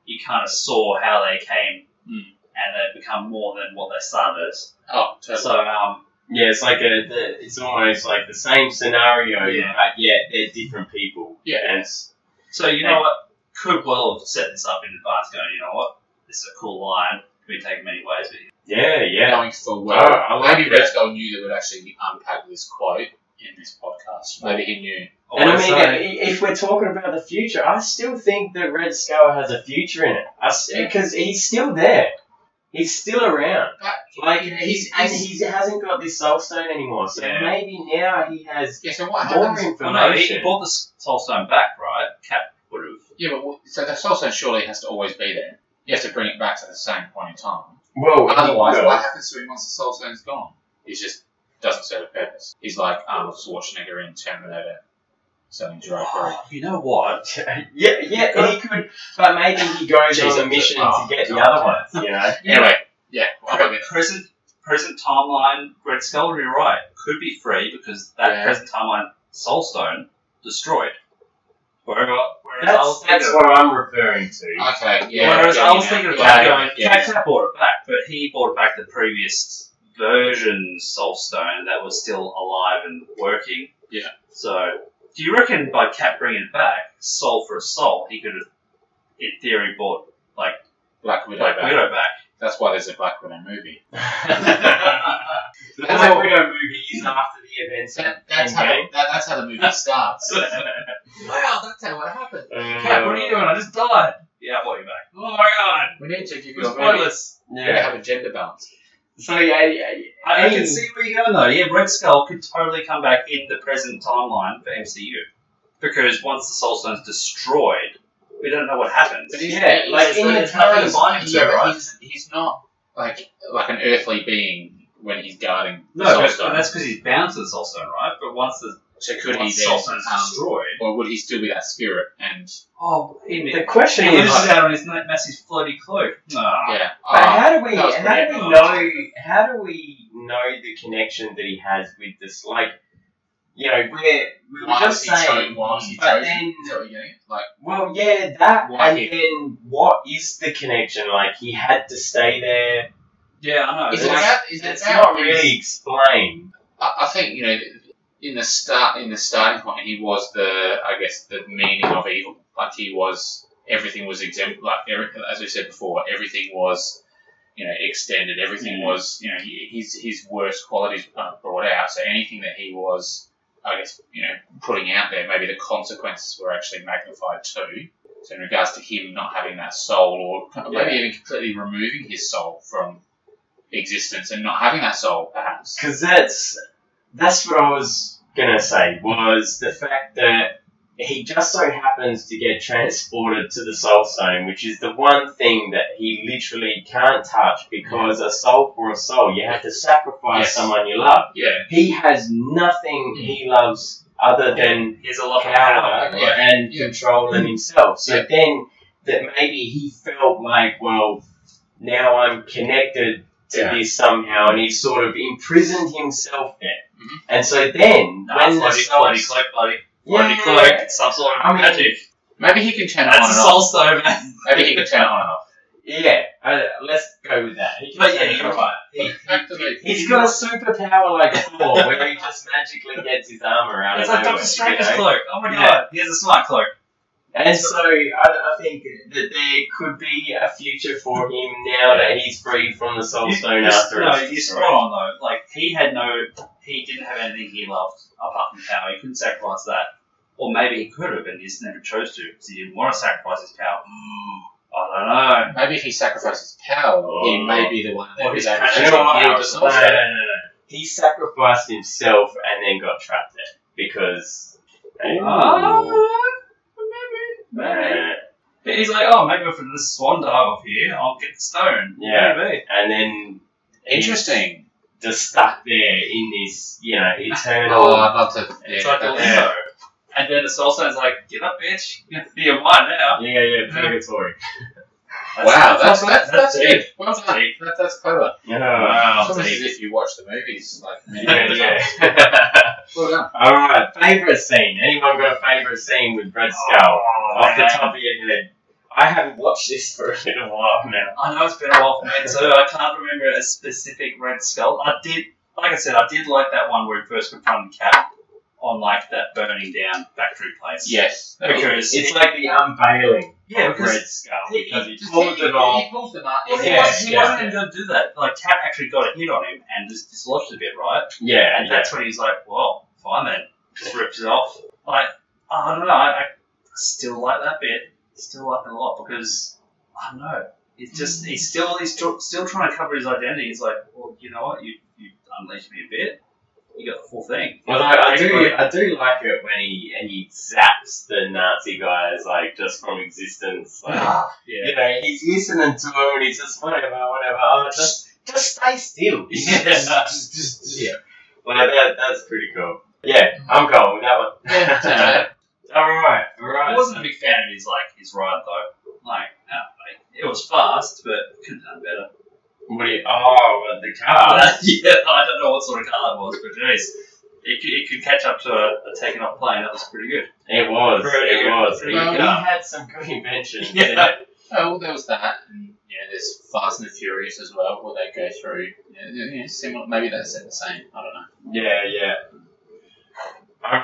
you kind of saw how they came Mm. and they've become more than what they started as. Oh, totally. So, um, Yeah, it's like a. The, it's almost like the same scenario, Yeah. but yet they're different people. Yeah. And it's- so you know what? Could well have set this up in advance, going, you know what? This is a cool line. Could be taken many ways, but yeah, yeah. going forward. Oh, I like Maybe that. Red Skull knew that we'd actually unpack this quote in this podcast. Maybe he knew. And I mean, Also- i- if we're talking about the future, I still think that Red Skull has a future in it. I because he's still there, he's still around. But, Like you know, he's, he's- and he hasn't got this soul stone anymore, so Yeah. maybe now he has Yeah, so what more happens? well, no, he- information. he bought the Soul Stone back, right? Cap would have. Yeah, but what- so the soul stone surely has to always be there. You have to bring it back to the same point in time. well, he Otherwise, will. what happens to him once the soul stone's gone? He just doesn't serve a purpose. He's like Arnold Schwarzenegger in Terminator, selling drug free. Oh, you know what? yeah, yeah, he could, but maybe he goes Jesus, on a mission oh, to get the God. other ones. You know, Anyway, yeah, well, I'll go Pre- with- present present timeline Red Skull, you're right, could be free because that Yeah. present timeline Soulstone destroyed. Wherever, whereas I that's was thinking that's of, what I'm referring to. Okay, yeah. whereas yeah, I was yeah, thinking of yeah, that yeah, going, yeah, Cat Cat bought it back, but he bought back the previous version Soulstone that was still alive and working. Yeah. So, do you reckon by Cat bringing it back, Soul for a Soul, he could have, in theory, bought like Black Widow. Black back. Widow That's why there's a Black Widow movie. back. the Black Widow movie is after the events. of That, that's, how the, that, that's how the movie starts. wow, that's how it happened. Uh, Cat, what are you doing? I just died. Yeah, I bought you back. Oh my god. We need to give It you was a movie. pointless. Yeah. Yeah. have a gender balance. So yeah, yeah, yeah. I, I can see where you're going though. Yeah, Red Skull could totally come back in the present timeline for MCU. Because once the Soul Stone's destroyed, we don't know what happens. But he's, Yeah, he's, like, he's, in the he's- current he's- bind he's- here, right? he's, he's not like like an earthly being when he's guarding the No, but, Soulstone. but that's because he's bound to the Soul Stone, right? But once the so could he once the then, Soul Stone's um, destroyed, or would he still be that spirit? And oh, he, The he question is, loses Oh, but out on his na- massive floaty cloak. Ah. yeah, uh, how do we, that was how do pretty we good. know, how do we know the connection that he has with this? Like, you know, we're we were why just is he saying, cho- why is he but chosen? then- Is that what you're getting at? Like, well, yeah, that, Why and him? then what is the connection? Like, he had to stay there. Yeah, I know. is it it's- That's- about? Is it It's about not really explained. I, I think you know, in the start, in the starting point, he was the, I guess, the meaning of evil. Like he was, everything was exempt. Like every, as we said before, everything was, you know, extended. Everything Mhm. was, you know, he, his his worst qualities were kind of brought out. So anything that he was, I guess, you know, putting out there, maybe the consequences were actually magnified too. So in regards to him not having that soul, or Yeah. maybe even completely removing his soul from existence and not having that soul, perhaps. Because that's that's what I was gonna say was the fact that he just so happens to get transported to the Soul Stone, which is the one thing that he literally can't touch because a soul for a soul, you have to sacrifice Yes. someone you love. Yeah, He has nothing he loves other than There's a lot of power. power Yeah. and Yeah. control in himself. So Yeah. then that maybe he felt like, well, now I'm connected to Yeah. this somehow, and he sort of imprisoned himself there. Mm-hmm. Mhm. And so then, No, when the bloody, soul, bloody cloak, bloody, bloody Yeah. cloak, it's some sort of I mean, magic. maybe he can turn it on That's and a off. soul stone, man. Maybe he can turn it on and off. yeah, uh, let's go with that. He can But yeah, take it you're off. right. He- Back to the- He's got a superpower like Thor, where he just magically gets his armor out. It's of like nowhere, Doctor Strange's you know? cloak. Oh my Yeah. god, he has a smart cloak. And so I, I think that there could be a future for him now that he's free from the Soul You- Stone you- after No, it's you destroyed. spot on though. Like he had no, he didn't have anything he loved apart from power. He couldn't sacrifice that, or maybe he could have, and he just never chose to because he didn't want to sacrifice his power. I don't know. Maybe if he sacrifices power, he may be the one that Or is his able to passion. wield the No, soul no, no, no, stone. no. He sacrificed himself and then got trapped there because. Ah, maybe, maybe. uh, But he's like, oh, maybe from this swan dive off here, I'll get the stone. Yeah. Maybe. And then Interesting. just stuck there in this, you know, eternal. uh, Oh, uh, I'd love to. It's yeah, like a that- yeah. limbo. And then the soul stone's like, get up, bitch. You're mine now. yeah, yeah, purgatory. Wow, that's that's that's deep. good. Well done. That, that's clever. Yeah. Wow. It's almost as deep. if you watch the movies. Like, many Uh, Yeah, times. yeah. Well done. All right, favorite scene. Anyone got a favorite scene with Red Skull? Oh, Off the man. top of your head. I haven't watched this for a little while now. I know it's been a while for me, so I can't remember a specific Red Skull. I did, like I said, I did like that one where he first confronted Cap on like that burning down factory place. Yes. because It's like the unveiling yeah, of because Red Skull it- because he Just pulled he- it off. He pulls them up. well, he, Yeah, was, he yeah. wasn't even going to do that. Like Cap actually got a hit on him and just dislodged a bit, right? Yeah, And that's when he's like, "Well, fine then," just rips it off. Like I don't know, I, I still like that bit. Still like it a lot because I don't know. It's just he's still he's tr- still trying to cover his identity. He's like, "Well, you know what? You you unleashed me a bit. You got the full thing." Well, I, I do, I do like it when he he zaps the Nazi guys like just from existence. Like, Ah, yeah. you know, he's listening to him and he's just whatever, whatever. Oh, just just stay still. Yeah. Just- just- just- yeah. Well, that, that's pretty cool. Yeah, I'm going with that Yeah, no, one. no. all right, all I right. wasn't a big fan of his like his ride though. Like, no, like it was fast, but couldn't have done better. What do you, oh, well, the car. Uh, yeah, I don't know what sort of car that was, but geez, it could, it could catch up to a, a taken off plane. That was pretty good. It was. Pretty it good, was. pretty good. he had some good inventions. in it. Oh, well, there was that, and you know, there's Fast and the Furious as well, what they go through. Yeah, yeah, similar. Maybe that's the same. I don't know. yeah, yeah. All right,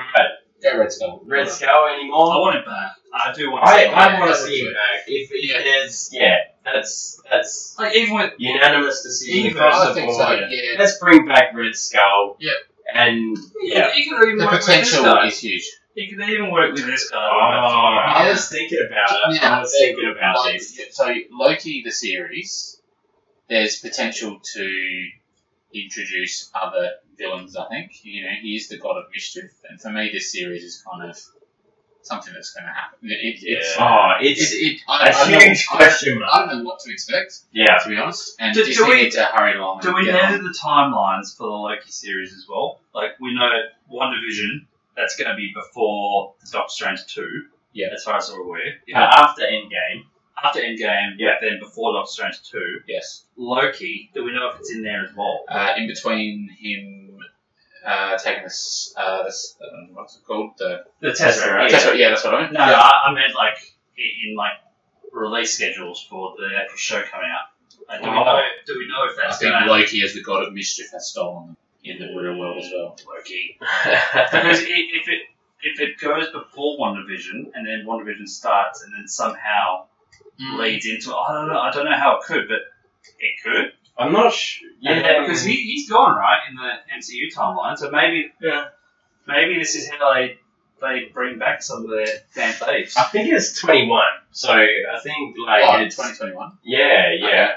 Go Red Skull. Red Skull anymore? I want it back. I do want I, it back. I want to see him back. If, if Yeah. there's, yeah, that's that's Like, even with unanimous decision. Even across I the think so. board. Yeah. Let's bring back Red Skull. Yep. And yeah. you could even The work with this potential guy. is huge. You could even work with this guy. Oh, I was thinking about it. I Yeah. was thinking about Like, this. So Loki, the series, there's potential to introduce other villains. I think you know he is the god of mischief, and for me, this series is kind of something that's going to happen. It, It's Oh, it's it's it, I, a I don't- huge I- question mark. I don't know what to expect, Yeah. to be honest. And Do- just do we- need to hurry along. Do and we get know on. the timelines for the Loki series as well? Like, we know One Division. That's going to be before Doctor Strange two. Yeah. as far as we're aware. Uh, after Endgame. After Endgame, Yeah. Then before Doctor Strange two, Yes. Loki. Do we know if it's in there as well? Uh, in between him uh, taking this, uh, this uh, what's it called? The The Tesseract, Tesseract. That's what- yeah, that's what I meant. No, yeah. I, I meant like in, in like release schedules for the actual show coming out. Like, do we Oh. know? Do we know if I that's think going to Loki as the god of mischief has stolen them in the real world as well. Loki? Because i- if it if it goes before One Division and then One Division starts and then somehow mm, leads into I don't know I don't know how it could, but it could. I'm not sure. And then- because he he's gone right in the MCU timeline, so maybe Yeah. maybe this is how they they bring back some of their fan faves. I think it's 21. So I think like Oh, it's 2021. yeah, yeah. Okay.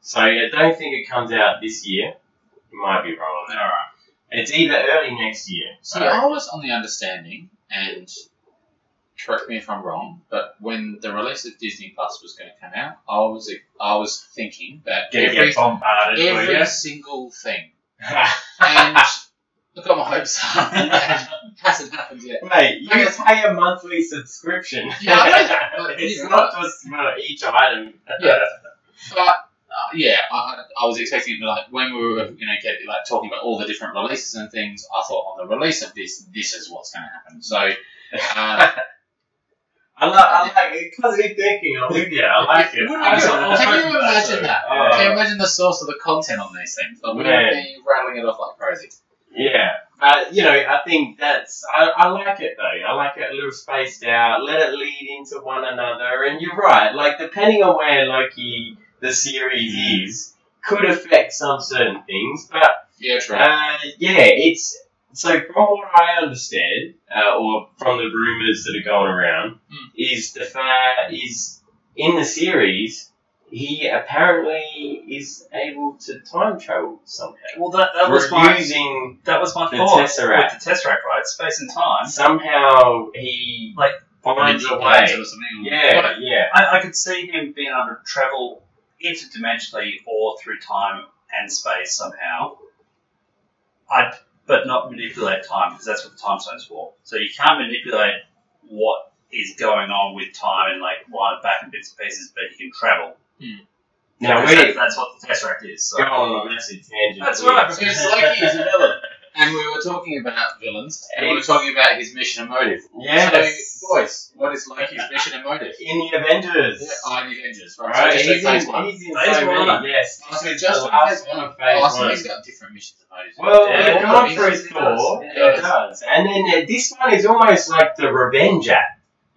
So I don't think it comes out this year. You might be wrong. on that. Alright. It's either early next year. So Alright. I was on the understanding, and correct me if I'm wrong, but when the release of Disney Plus was going to come out, I was I was thinking that Gonna every, get bombarded. every will single thing, ya? and I got my hopes up, and it hasn't happened yet. Mate, you pay a monthly subscription. Yeah, I know that, but it's you know- not just for each item. Yeah. But uh, yeah, I, I- I was expecting it to, like when we were you know get, like talking about all the different releases and things. I thought on the release of this, this is what's going to happen. So uh, I like, I like positive thinking. I'm with you. I like it. Wouldn't I it be was- good? I was Can hoping you for that, imagine so- that? Uh, Oh. Can you imagine the source of the content on these things? Like, we're going to Man. be rattling it off like crazy. Yeah, but you know, I think that's I, I like it though. I like it a little spaced out. Let it lead into one another. And you're right. Like depending on where Loki the series Mm. is, could affect some certain things. But Yeah, true. uh, yeah, it's so from what I understand, uh, or from the rumors that are going around, Mm. Hmm. is the fact is in the series he apparently is able to time travel somehow. Well, that, that was We're my using that was my the thought Tesseract. with the Tesseract, right? Space and time. somehow he Like, finds a Or way. something. Yeah, yeah, I, I could see him being able to travel interdimensionally or through time and space somehow. I but not manipulate time because that's what the time zone's for. So you can't manipulate what is going on with time and like wind it back in bits and pieces, but you can travel. Now Because we that's, that's what the Tesseract is. go So. on a massive tangent. That's right. Because Loki is a villain, and we were talking about villains, and we were talking about his mission and motive. Yes. So, boys, what is Loki's mission and motive? In the Avengers. Yeah, I'm Avengers, right? Right, So he's, just in, phase one. he's in Phase so many. one. Yes, I said It's just the in last phase one. of Oh, phase I see one. he's got different missions and motives. Well, Yeah, yeah, it gone does. for his It Thor. does. It It does. does. and then uh, this one is almost like the revenge act.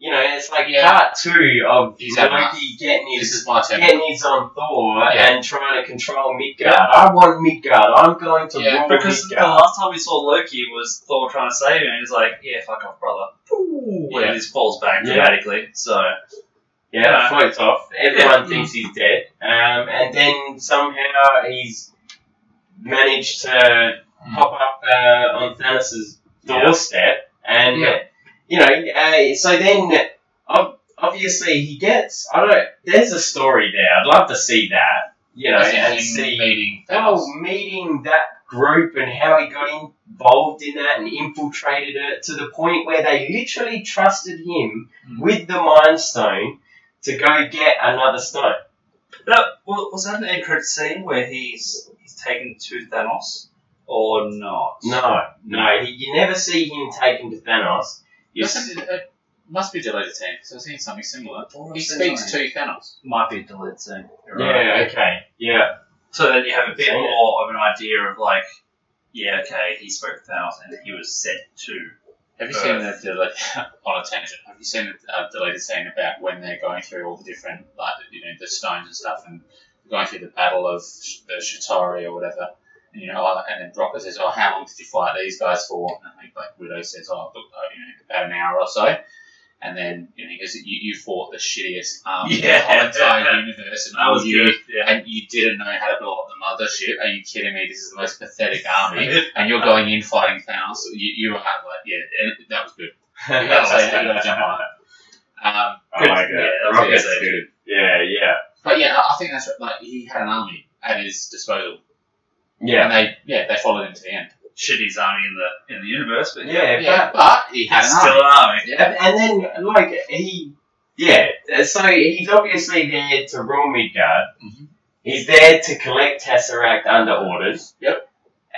You know, it's like Yeah. part two of He's had Loki getting his This is my turn. getting his on Thor Yeah. and trying to control Midgard. I want Midgard. I'm going to Yeah, rule Because the Midgard. last time we saw Loki was Thor trying to save him, and he's like, "Yeah, fuck off, brother." Yeah. And he just falls back Yeah. dramatically. So Yeah, Yeah. floats off. Yeah. Mm. Everyone thinks he's dead, um, and then somehow he's managed to Mm. pop up uh, on Thanos' Yeah. doorstep, and Yeah. you know. Uh, so then, ob- obviously, he gets. I don't. There's a story there. I'd love to see that. You know, As in and him see Oh, meeting Thanos. well, meeting that group and how he got involved in that and infiltrated it to the point where they literally trusted him Hmm. Mm. with the Mind Stone to go get another stone. That, well, was that an end credit scene where he's he's taken to Thanos or not? No, no, he, you never see him taken to Thanos. You Yes. s- It it must be deleted scene because I've seen something similar. Or He is it speaks not? to Thanos. Might be a delayed scene. You're right. yeah, okay, yeah, So then you have a bit Yeah. more of an idea of like, yeah, okay, he spoke to Thanos and he was sent to. Have you Uh, seen the deleted on a tangent? Have you seen the uh, deleted scene about when they're going through all the different like you know the stones and stuff and going through the battle of Sh- the Shatari or whatever? And, you know, uh, and then Rocket says, "Oh, how long did you fight these guys for?" And I think like Widow says, "Oh, look, uh, you know, about an hour or so." And then you know he goes, "You, you fought the shittiest army in the Yeah. whole entire universe, and That was you good. Yeah. and you didn't know how to blow up the mothership. Are you kidding me? This is the most pathetic army. It- And you're going in fighting Thanos. You, you are like, yeah, yeah, that was good. You gotta say that, you gotta jump on it. Um, I like it. Yeah, that was oh Rocket's good. good. Yeah, yeah, but yeah, I I think that's right. Like, he had an army at his disposal. yeah, And they, yeah, they followed him to the end. Shittiest army in the in the universe, but yeah. but- Yeah, but he had an it's still army. an army. Yeah. And and then, like, he. Yeah, so he's obviously there to rule Midgard. Mm-hmm. Mhm. He's there to collect Tesseract under orders. Yep. Uh,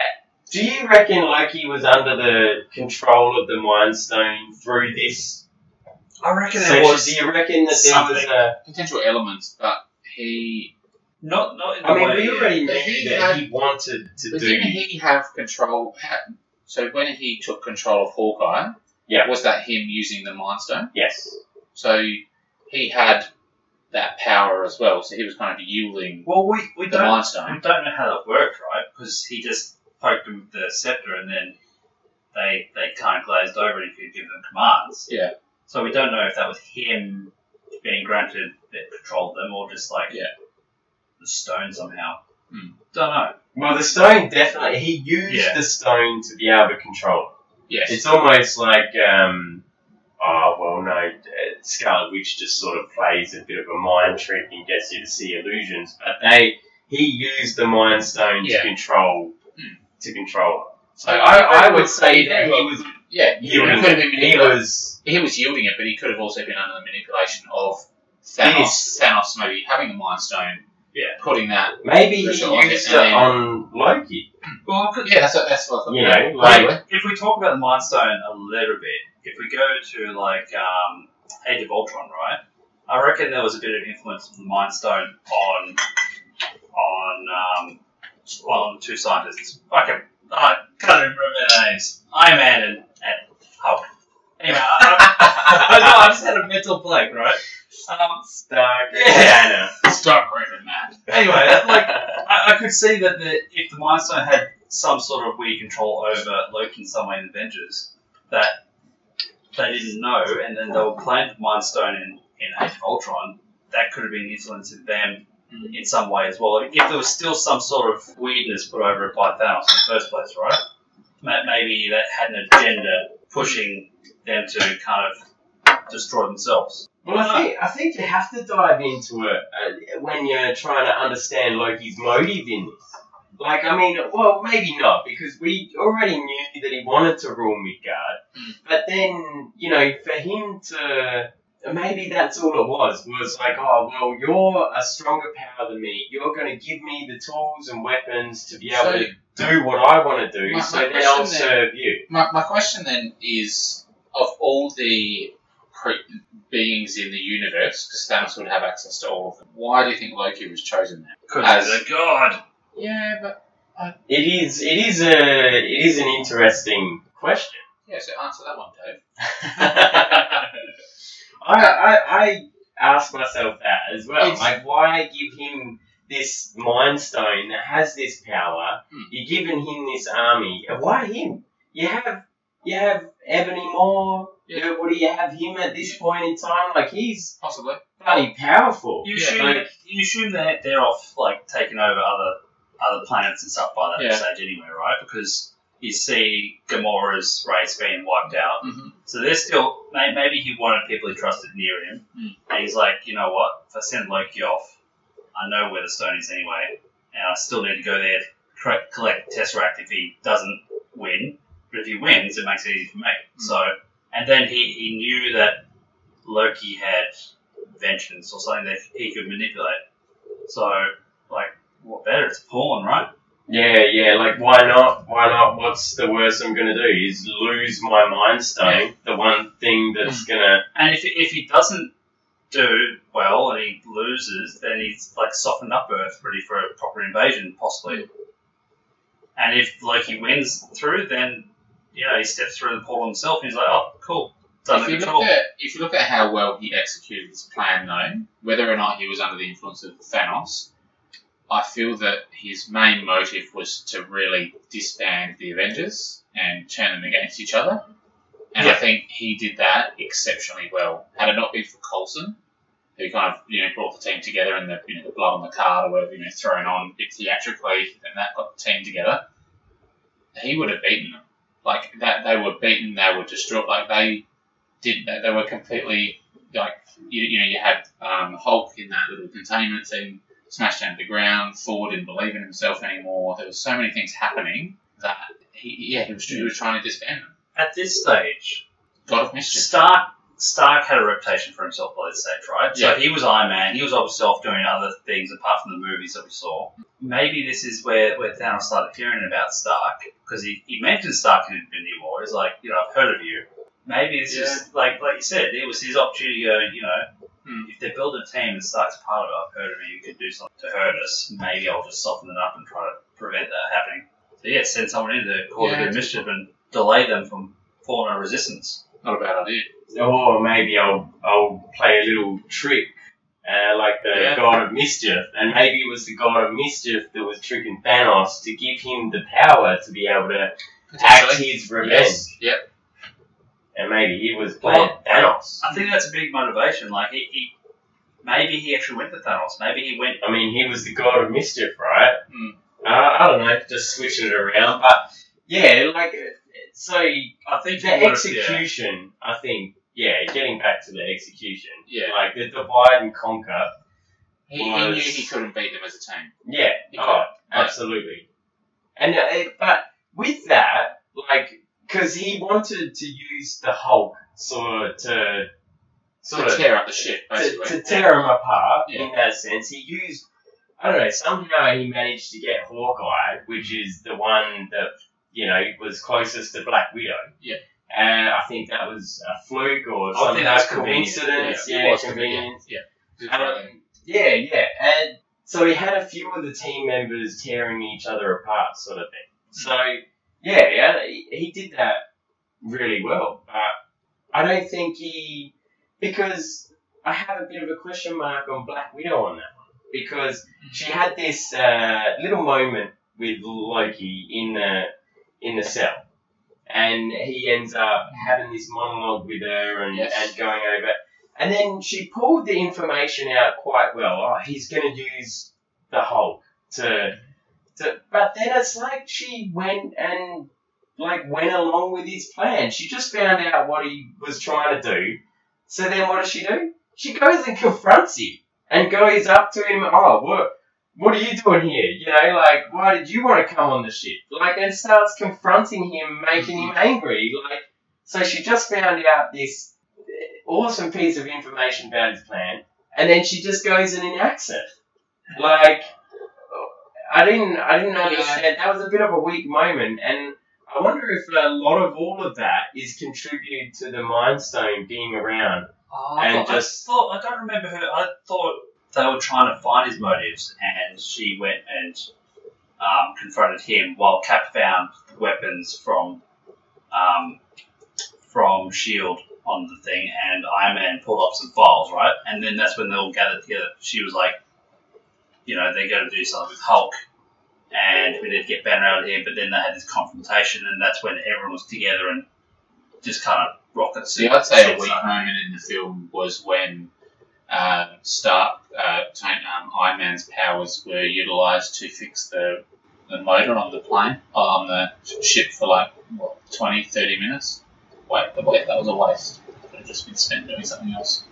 Do you reckon Loki was under the control of the Mind Stone through this? I reckon there section? was Do you reckon that there was something. a. Potential elements, but he. not not in the I mean, way. we already But knew he that had- he wanted to But do. didn't he have control? ha- So when he took control of Hawkeye, Yeah. was that him using the Mind Stone? Yes. So he had that power as well. So he was kind of yielding well, we we the don't Mind I Stone. don't know how that worked, right? Because he just poked him with the scepter, and then they they kind of glazed over it if you give them commands. Yeah. So we don't know if that was him being granted that controlled them or just like Yeah. the stone somehow. Hmm. Don't know. Well, the stone definitely. He used Yeah. the stone to be able to control. Yes. It's almost like, um, oh, well, no, uh, Scarlet Witch just sort of plays a bit of a mind trick and gets you to see illusions. But they, he used the Mind Stone Yeah. to control, Hmm. to control. her. so I, I would say that he was, yeah, he could yielding. have been He manipulated. was, He was yielding it, but he could have also been under the manipulation of Thanos. Thanos maybe having the Mind Stone, Yeah. putting that. maybe he That's all I used can say. it on Loki. Well, I could- Yeah, that's what, that's what I thought. You know, like, Anyway, if we talk about the Mind Stone a little bit, if we go to like um, Age of Ultron, right? I reckon there was a bit of influence of the Mind Stone on on um, on two scientists. Fucking, I can't remember their names. Iron Man and, and Hulk. Anyway, I, I, know, I just had a mental blank, right? Um, Stark, Yeah. Stark Raven, man. anyway, like I, I could see that the, if the Mind Stone had some sort of weird control over Loki in some way in Avengers, that they didn't know, and then they were playing the Mind Stone in, in Age of Ultron, that could have been influencing them in some way as well. If there was still some sort of weirdness put over it by Thanos in the first place, right? Ma- Maybe that had an agenda pushing them to kind of destroy themselves. Well, I think, I think you have to dive into it uh, when you're trying to understand Loki's motive in this. Like, I mean, well, maybe not, because we already knew that he wanted to rule Midgard. Mm. But then, you know, for him to. Maybe that's all it was, was like, oh, well, you're a stronger power than me. You're going to give me the tools and weapons to be able So- to do what I want to do, My- so my then I'll question then- serve you. My, my question then is of all the cre- beings in the universe, because Thanos would have access to all of them, why do you think Loki was chosen there? Because he's a god. Yeah, but. It is, it is a, it is an interesting question. Yeah, so answer that one, Dave. I, I, I ask myself that as well. It's- like, why give him this mind stone that has this power? Hmm. You're giving him this army. and Why him? You have you have Ebony Moore. Yeah. What do you have him at this point in time? Like he's Possibly. bloody powerful. You Yeah, assume like- that you assume that they're off like taking over other other planets and stuff by that Yeah. stage anyway, right? Because you see Gamora's race being wiped out, Mm-hmm. so they're still may- maybe he wanted people he trusted near him, Mm. and he's like, you know what? If I send Loki off, I know where the stone is anyway, and I still need to go there to cre- collect Tesseract if he doesn't win. But if he wins, it makes it easy for me. So, and then he, he knew that Loki had vengeance or something that he could manipulate. So, like, what better? It's porn, right? Yeah, yeah. Like, why not? Why not? What's the worst I'm gonna do? Is lose my mind stone? The one thing that's Hmm. gonna And if, if he doesn't do well and he loses, then he's like softened up Earth ready for a proper invasion, possibly. Hmm. And if Loki wins through, then you know he steps through the portal himself and he's like, oh, cool, done If the you, control. look at, if you look at how well he executed his plan, though, whether or not he was under the influence of Thanos, I feel that his main motive was to really disband the Avengers and turn them against each other. And I Yeah. think he did that exceptionally well. Had it not been for Coulson, who kind of you know brought the team together and the you know the blood on the card or whatever you know thrown on a bit theatrically, and that got the team together, he would have beaten them. Like that, they were beaten. They were distraught. Like they did. They, they were completely like you, you know you had um, Hulk in that little containment thing smashed down to the ground. Thor didn't believe in himself anymore. There were so many things happening that he yeah he was, he was trying to disband them. At this stage, God of mischief. Stark Stark had a reputation for himself by this stage, right? Yeah. So he was Iron Man. He was obviously off doing other things apart from the movies that we saw. Maybe this is where, where Thanos started hearing about Stark because he, he mentioned Stark in Infinity War. He's like, you know, I've heard of you. Maybe this is like like you said, it was his opportunity. To, go, you know, Hmm. if they build a team and Stark's part of it, I've heard of you. You could do something to hurt us. Maybe I'll just soften it up and try to prevent that happening. So yeah, send someone in to cause a Yeah. bit of mischief and delay them from forming a resistance. Not a bad idea. or maybe I'll I'll play a little trick, uh, like the Yeah. god of mischief, and maybe it was the god of mischief that was tricking Thanos to give him the power to be able to Act potentially. his revenge. Yes. Yep. And maybe he was playing Thanos. I think that's a big motivation. Like he, he maybe he actually went to Thanos. Maybe he went. I mean, he was the god of mischief, right? Hmm. Uh, I don't know, just switching it around. But yeah, like, uh, so I think he the would have- yeah. execution, I think, yeah, getting back to the execution, Yeah. like the divide and conquer. He, he knew Was- he couldn't beat them as a team. Yeah, He oh, couldn't. absolutely. And uh, it, but with that, like, because he wanted to use the Hulk sort of to sort to of tear up the ship, to, basically. to tear him apart Yeah. in that sense. He used, I don't know, somehow he managed to get Hawkeye, which is the one that, you know, was closest to Black Widow. Yeah. And I think that was a fluke or I think something. that was convenient. coincidence. Yeah, Yeah, it was convenience. Yeah. Um, yeah, yeah. And so he had a few of the team members tearing each other apart, sort of thing. So, yeah, yeah, he, he did that really well. But I don't think he. Because I have a bit of a question mark on Black Widow on that one. Because she had this uh, little moment with Loki in the in the cell. And he ends up having this monologue with her and, Yes. and going over. And then she pulled the information out quite well. Oh, he's going to use the Hulk to, to. But then it's like she went and like went along with his plan. She just found out what he was trying to do. So then what does she do? She goes and confronts him and goes up to him. Oh, what? What are you doing here? You know, like, why did you want to come on the ship? Like, and starts confronting him, making him angry. Like, so she just found out this awesome piece of information about his plan, and then she just goes and enacts it. Like, I didn't, I didn't Yeah. understand. That was a bit of a weak moment, and I wonder if a lot of all of that is contributed to the Mind Stone being around. Oh, I, And thought, just- I thought I don't remember her. I thought they were trying to find his motives, and she went and um, confronted him while Cap found the weapons from um, from Shield E on the thing, and Iron Man pulled up some files, right? And then that's when they all gathered together. She was like, you know, they're going to do something with Hulk. And we need to get Banner out of here, but then they had this confrontation, and that's when everyone was together and just kind of rocket. See, I'd say a shit weak started. moment in the film was when uh, Stark, uh, Tony- um, Iron Man's powers were utilised to fix the, the motor on the plane, uh, on the ship for like, what, 20, 30 minutes? Wait, the wait, that was a waste. Could have just been spent doing something else.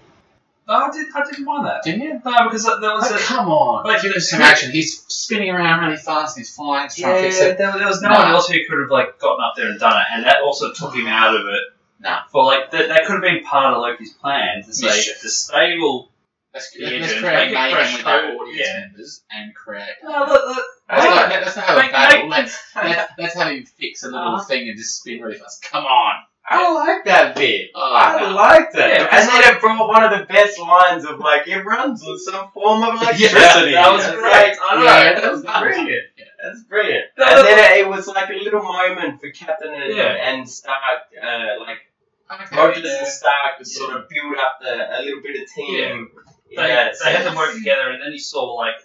No, I did. I didn't mind that. Didn't you? No, because that, that was Oh, a, come on! like Give him some action. He's spinning around really fast. He's flying. He's trying to fix yeah. it. There, there was no Nah. one else who could have like gotten up there and done it, and that also took him out of it. Nah. For like that, that could have been part of Loki's plan to say Mischief. the stable. Let's, Yeah, let's dude, create make it mayhem crash with our through, audience yeah. members and create. No, look, look, That's Right. not, that's not how Make- a Oh, battle. make- Let's, let's, let's have him fix a little Uh-huh. thing and just spin really fast. Come on! I like that bit. Oh, Ah, I no. liked it. Yeah, and then it brought one of the best lines of like it runs on some form of electricity. Yeah, that was yeah. great. I know. Yeah. that was brilliant. That's brilliant. No, and no, then it, it was like a little moment for Captain and, Yeah. and Stark, uh, like Okay, Rogers yeah. and Stark, to sort of build up the, a little bit of team. in they, that they sense. had them work together, and then you saw like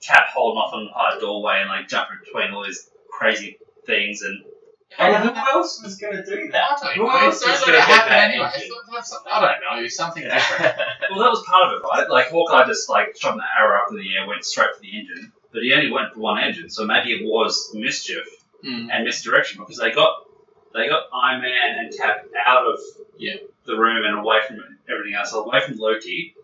Cap holding off on the high doorway and like jumping between all these crazy things, and And who else was going to do that? I don't know. Who else Don't is let gonna it get happen that anyway. engine? Let's- let's have some- I don't know. Something different. well, that was part of it, right? Like Hawkeye just like shot an arrow up in the air, went straight for the engine, but he only went for one engine, so maybe it was mischief. Mm. and misdirection because they got they got Iron Man and Cap out of Yeah. the room and away from everything else, away from Loki,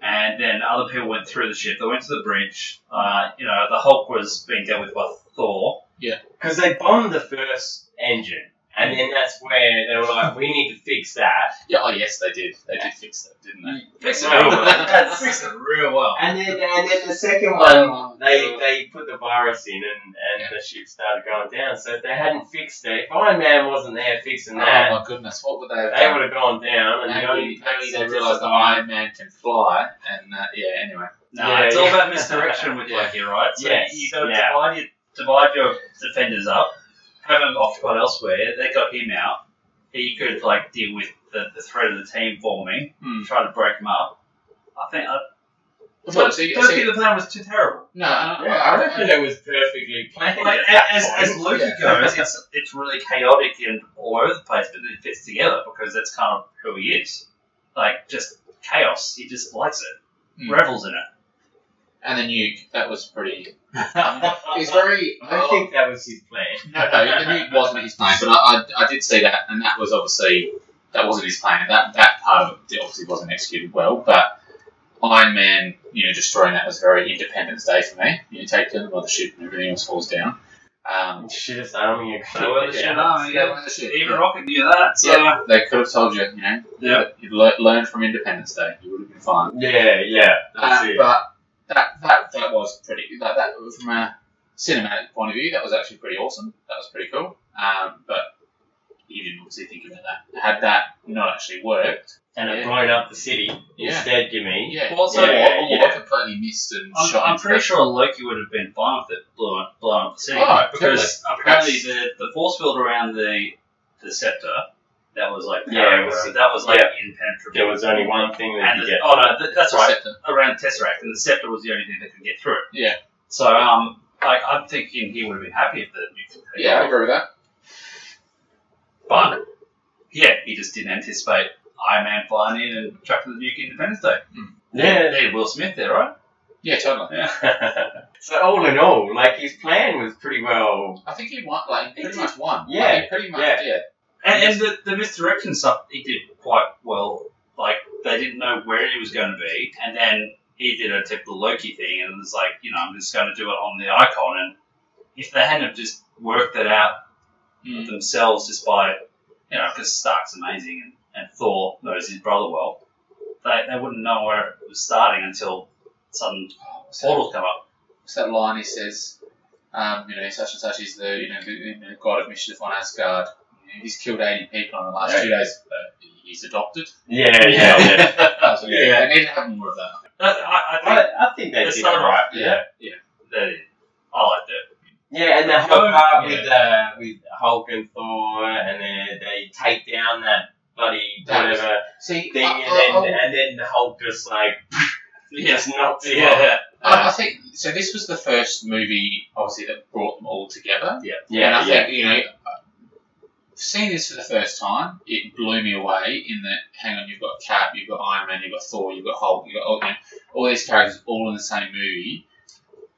and then other people went through the ship. They went to the bridge. Uh, you know, the Hulk was being dealt with by Thor. Because they bombed the first engine. And then that's where they were like, we need to fix that. Yeah, oh, yes, they did. They did fix it, didn't they? Fixed it Well, real well. that's- Fixed it real well. And then, and then the second one, Um, they they put the virus in and, and the ship started going down. So if they hadn't fixed it, if Iron Man wasn't there fixing oh, that, my goodness. What would they have they would done? have gone down. And the only Maybe, maybe place they that realised that Iron Man can fly. And, uh, yeah, anyway. No, Yeah, it's all yeah. about misdirection with Yeah. Loki, right? So Yes, you got to yeah. divide your divide your defenders up, have them occupied elsewhere. They got him out. He could like deal with the, the threat of the team forming. Hmm. try to break him up. I think uh, I, Of But course, see, don't see- think the plan was too terrible. no, I, Yeah, I- I don't think it was perfectly planned. Like, at that as, as point. Loki Yeah. goes, it's, it's really chaotic and all over the place, but it fits together because that's kind of who he is. Like, just chaos. He just likes it, Mm. revels in it. And the nuke, that was pretty. It's I very. don't Oh, think that was his plan. No, no, the nuke wasn't his plan, but I, I, I did see that, and that was obviously that wasn't his plan. That that part of it obviously wasn't executed well, but Iron Man, you know, destroying that was very Independence Day for me. You take down the mothership, and everything else falls down. Um, Shittest army you So, well, the shit army, yeah, yeah. well, that's it, Even yeah. Rocket knew that, so. Yeah, they could have told you, you know, Yeah. that you'd le- learn from Independence Day. You would have been fine. Yeah, yeah, that's Uh, it. but that that that was pretty. That that from a cinematic point of view, that was actually pretty awesome. That was pretty cool. Um, but you didn't obviously think about that. Had that not actually worked, And it yeah. blown up the city Yeah. instead, you mean? yeah, Well, so- or, Yeah, or yeah. completely missed and I'm, shot. I'm into pretty it. sure Loki would have been fine with it blowing, blowing up the city. Oh, because apparently totally. the, the force field around the the scepter that was like Yeah, it yeah, was- that was like yeah. impenetrable. There was only one thing that and you the, get. oh no, th- that's That's a right scepter. around the tesseract, and the scepter was the only thing that could get through it. Yeah, So um, like I'm thinking he would have been happy if the nuclear thing- yeah, I agree with that. but yeah, he just didn't anticipate Iron Man flying in and chucking the nuke Independence Day. Yeah. they had Will Smith there, right? Yeah, totally. Yeah. so all in all, like his plan was pretty well. I think he won. Like he He pretty did. much won. Like, Yeah, he pretty much yeah. did. And, and the, the misdirection stuff, he did quite well. Like, they didn't know where he was going to be, and then he did a typical Loki thing, and it was like, you know, I'm just going to do it on the icon. And if they hadn't have just worked it out Mm. themselves just by, you know, because Stark's amazing and, and Thor knows his brother well, they, they wouldn't know where it was starting until sudden Oh, portals come up. What's that line he says? Um, you know, such and such is the you know, the, you know, god of mischief on Asgard. You know, he's killed eighty people in the last Yeah. two days. But he's adopted. Yeah, yeah, yeah. That was- Yeah. They need to have more of that. I, I, I I, think I think they It's did not- right. yeah. that I liked it. Yeah, and the Oh, whole part yeah. with uh, with Hulk and Thor, and then they take down that bloody That was- whatever See, thing, I, and then I- I- and then the Hulk just like Yeah. just knocks him off. Yeah, I- I think so. This was the first movie, obviously, that brought them all together. and I think you know, seeing this for the first time, it blew me away. In that, hang on, you've got Cap, you've got Iron Man, you've got Thor, you've got Hulk, you've got all, you know, all these characters all in the same movie.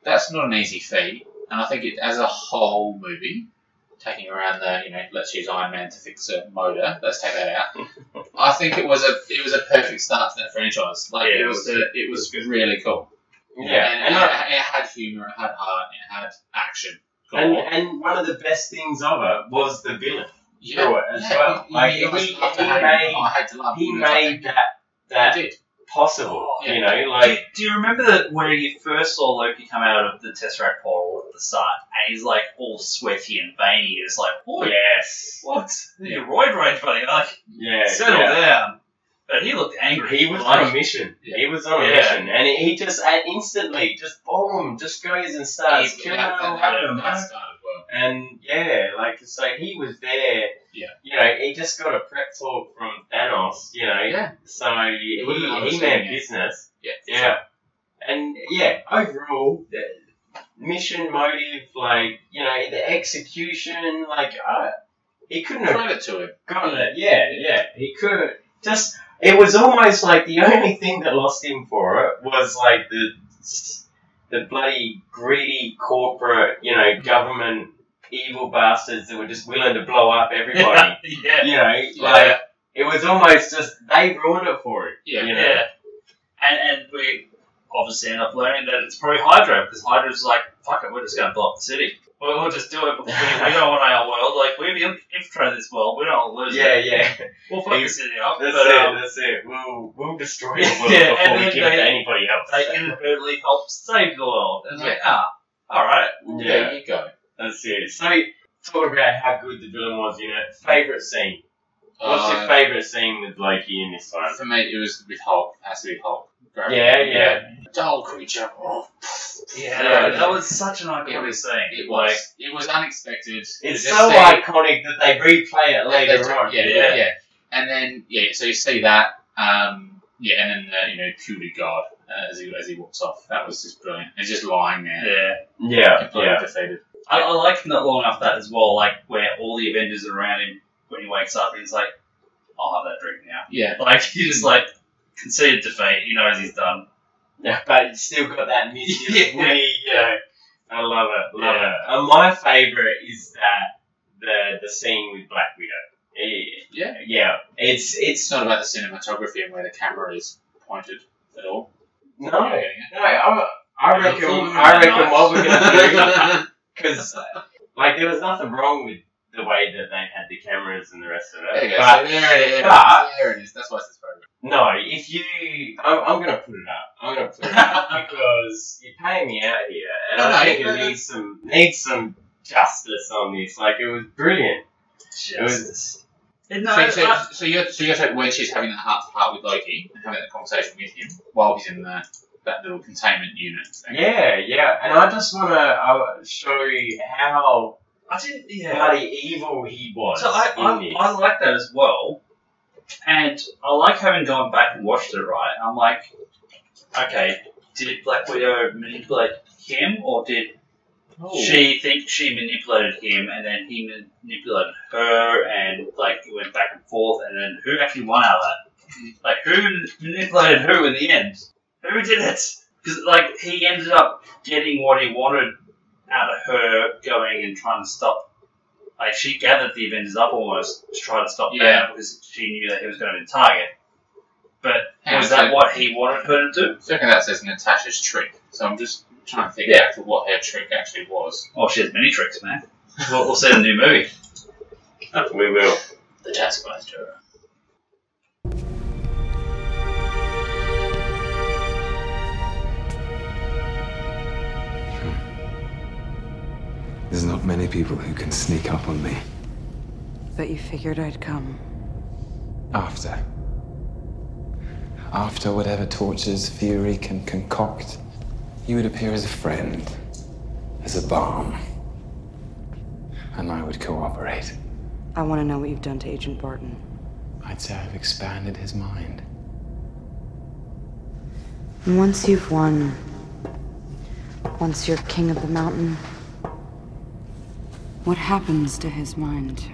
That's not an easy feat, and I think it as a whole movie, taking around the you know, let's use Iron Man to fix a motor, let's take that out. I think it was a it was a perfect start to that franchise. Like Yeah, it it was, was- the, it was really cool. yeah. And and, it, I- it had humor, it had heart, it had action. And, Gore. and one of the best things of it was the villain. Yeah, through it as well. he- Like, he, it was- was- he loved he to hate made- him. I had to love He him. made that that He did. possible. Oh, You yeah. know, Do, like do you remember that where you first saw Loki come out of the Tesseract portal at the start, and he's like all sweaty and veiny? It's like, oh yes, what? Your roid rage, buddy. Like, yeah, settle yeah. down. But he looked angry. He was on a like, mission. He was on a Yeah. mission, and he just and instantly, just boom, just goes and starts He- killing that- all that- over them, that man. started well. And yeah, like so, he was there. Yeah. You know, he just got a prep talk from Thanos. You know, Yeah. so he, would've been he understanding meant it. business. Yeah. Yeah, and yeah, overall, the mission motive, like you know, the execution, like uh, he couldn't have Credit to him. gotten it. Yeah, yeah, he could have just. It was almost like the only thing that lost him for it was like the the bloody greedy corporate, you Mm. know, government evil bastards that were just willing to blow up everybody. yeah, you know, like it was almost just they ruined it for him. Yeah. you know? yeah. And and we obviously end up learning that it's probably Hydra because Hydra's like, fuck it, we're just going to blow up the city. We'll, we'll just do it. because We, we don't want our world. Like we've in- infiltrated this world. We don't want to lose Yeah, it. yeah. We'll fuck the city up. That's but, it. um, That's it. We'll we'll destroy the world Yeah, before and we then give it to they- anybody else. they inadvertently help save the world. And Yeah. like, ah, all right. yeah, There you go. that's it. So talk about how good the villain was. You know, favorite scene. What's your Uh, favourite scene with Loki in this one? for me, it was with Hulk. It has to be Hulk. Grab it. Yeah, yeah. Dull creature. Oh, Yeah, Yeah. that was such an It iconic was- scene. it was. it was unexpected. It's Just so see- iconic that they replay it They- later they- on. Yeah, Yeah. yeah, yeah. And then yeah, so you see that. Um, yeah, and then the, you uh, know, purely God. uh, as he as he walks off. That was just brilliant. He's just lying there, Yeah. Yeah, completely yeah. defeated. I, I like him not long after that as well, like where all the Avengers are around him when he wakes up and he's like, I'll have that drink now. Yeah, Like he's like conceded defeat, he knows he's done. Yeah, but you still got that new Zealand Yeah. wee, you know. I love it, love Yeah. it. And my favourite is that the the scene with Black Widow. Yeah. Yeah, yeah. It's it's it's not about the cinematography and where the camera is pointed at all. no, Yeah, no. I, I reckon It's I reckon what we're gonna do yeah. because like there was nothing wrong with the way that they had the cameras and the rest of there it. you go. but So there it is. but- There it is. That's why it's his favorite. No, if you, I'm, I'm gonna put it up. I'm gonna put it up because you're paying me out here, and No, I no, think no, it no. needs some needs some justice on this. Like it was brilliant. It was No, so, so, I- so you're so you're saying when she's having that heart to heart with Loki and having that conversation with him while he's in the, that little containment unit. Thing. yeah, yeah. And I just wanna uh, show you how I didn't yeah. bloody evil he was. So I, in I, this. I like that as well. And I like having gone back and watched it right. I'm like, okay, did Black Widow manipulate him or did Oh. she think she manipulated him and then he manipulated her and like it went back and forth and then who actually won out of that? Like who manipulated who in the end? Who did it? Because like he ended up getting what he wanted out of her going and trying to stop. Like she gathered the Avengers up almost to try to stop Yeah. them because she knew that he was going to be the target. But Hang on, was so- that what he wanted her to do? So I reckon that says Natasha's trick. So I'm just trying to figure Yeah. out for what her trick actually was. Oh, she has many tricks, man. We'll, we'll see in the new movie. we will. The Taskmaster. There's not many people who can sneak up on me. But you figured I'd come. After. After whatever tortures Fury can concoct, you would appear as a friend, as a balm. And I would cooperate. I want to know what you've done to Agent Barton. I'd say I've expanded his mind. And once you've won, once you're king of the mountain, what happens to his mind?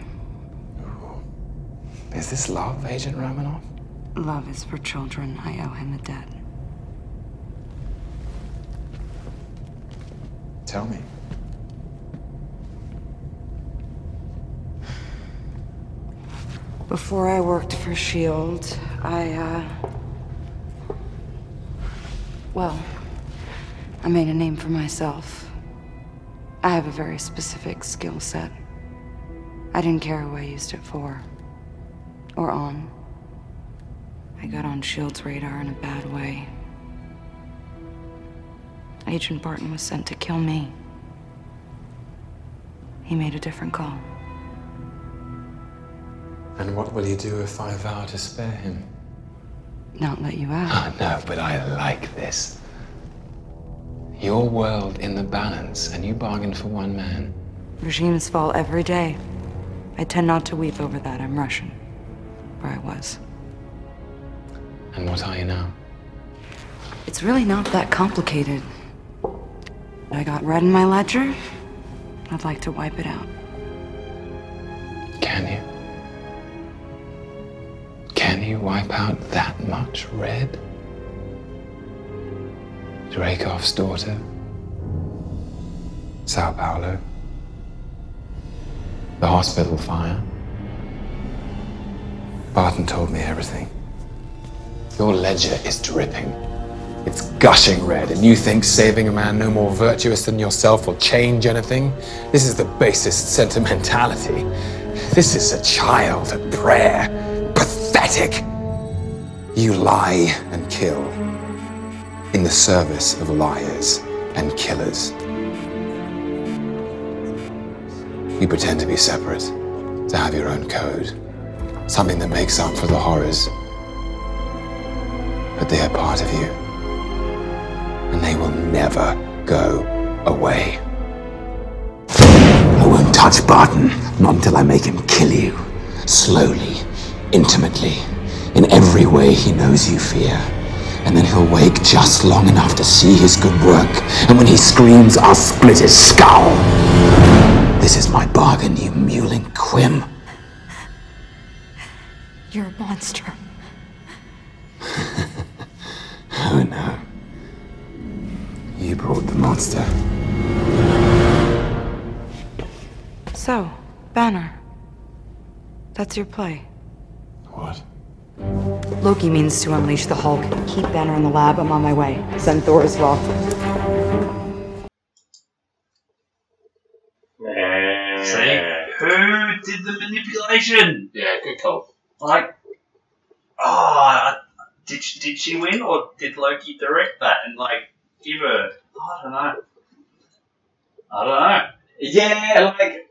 Is this love, Agent Romanoff? Love is for children. I owe him a debt. Tell me. Before I worked for S.H.I.E.L.D., I, uh. Well, I made a name for myself. I have a very specific skill set. I didn't care who I used it for, or on. I E got on S.H.I.E.L.D.'s radar in a bad way. Agent Barton was sent to kill me. He made a different call. And what will you do if I vow to spare him? Not let you out. Ah, no, but I like this. Your world in the balance, and you bargained for one man. Regimes fall every day. I tend not to weep over that. I'm Russian. Or I was. And what are you now? It's really not that complicated. I got red in my ledger. I'd like to wipe it out. Can you? Can you wipe out that much red? Dracoff's daughter? Sao Paulo? The hospital fire? Barton told me everything. Your ledger is dripping. It's gushing red, and you think saving a man no more virtuous than yourself will change anything? This is the basest sentimentality. This is a child at prayer. Pathetic! You lie and kill in the service of liars and killers. You pretend to be separate, to have your own code, something that makes up for the horrors. But they are part of you and they will never go away. I won't touch Barton, not until I make him kill you. Slowly, intimately, in every way he knows you fear. and then he'll wake just long enough to see his good work. And when he screams, I'll split his skull. This is my bargain, you mewling quim. You're a monster. Oh no. You brought the monster. So, Banner. That's your play. What? Loki means to unleash the Hulk. Keep Banner in the lab. I'm on my way. Send Thor as well. See? Who did the manipulation? Yeah, good call. Like, ah, did she, did she win or did Loki direct that and like give her? I don't know. I don't know. Yeah, like.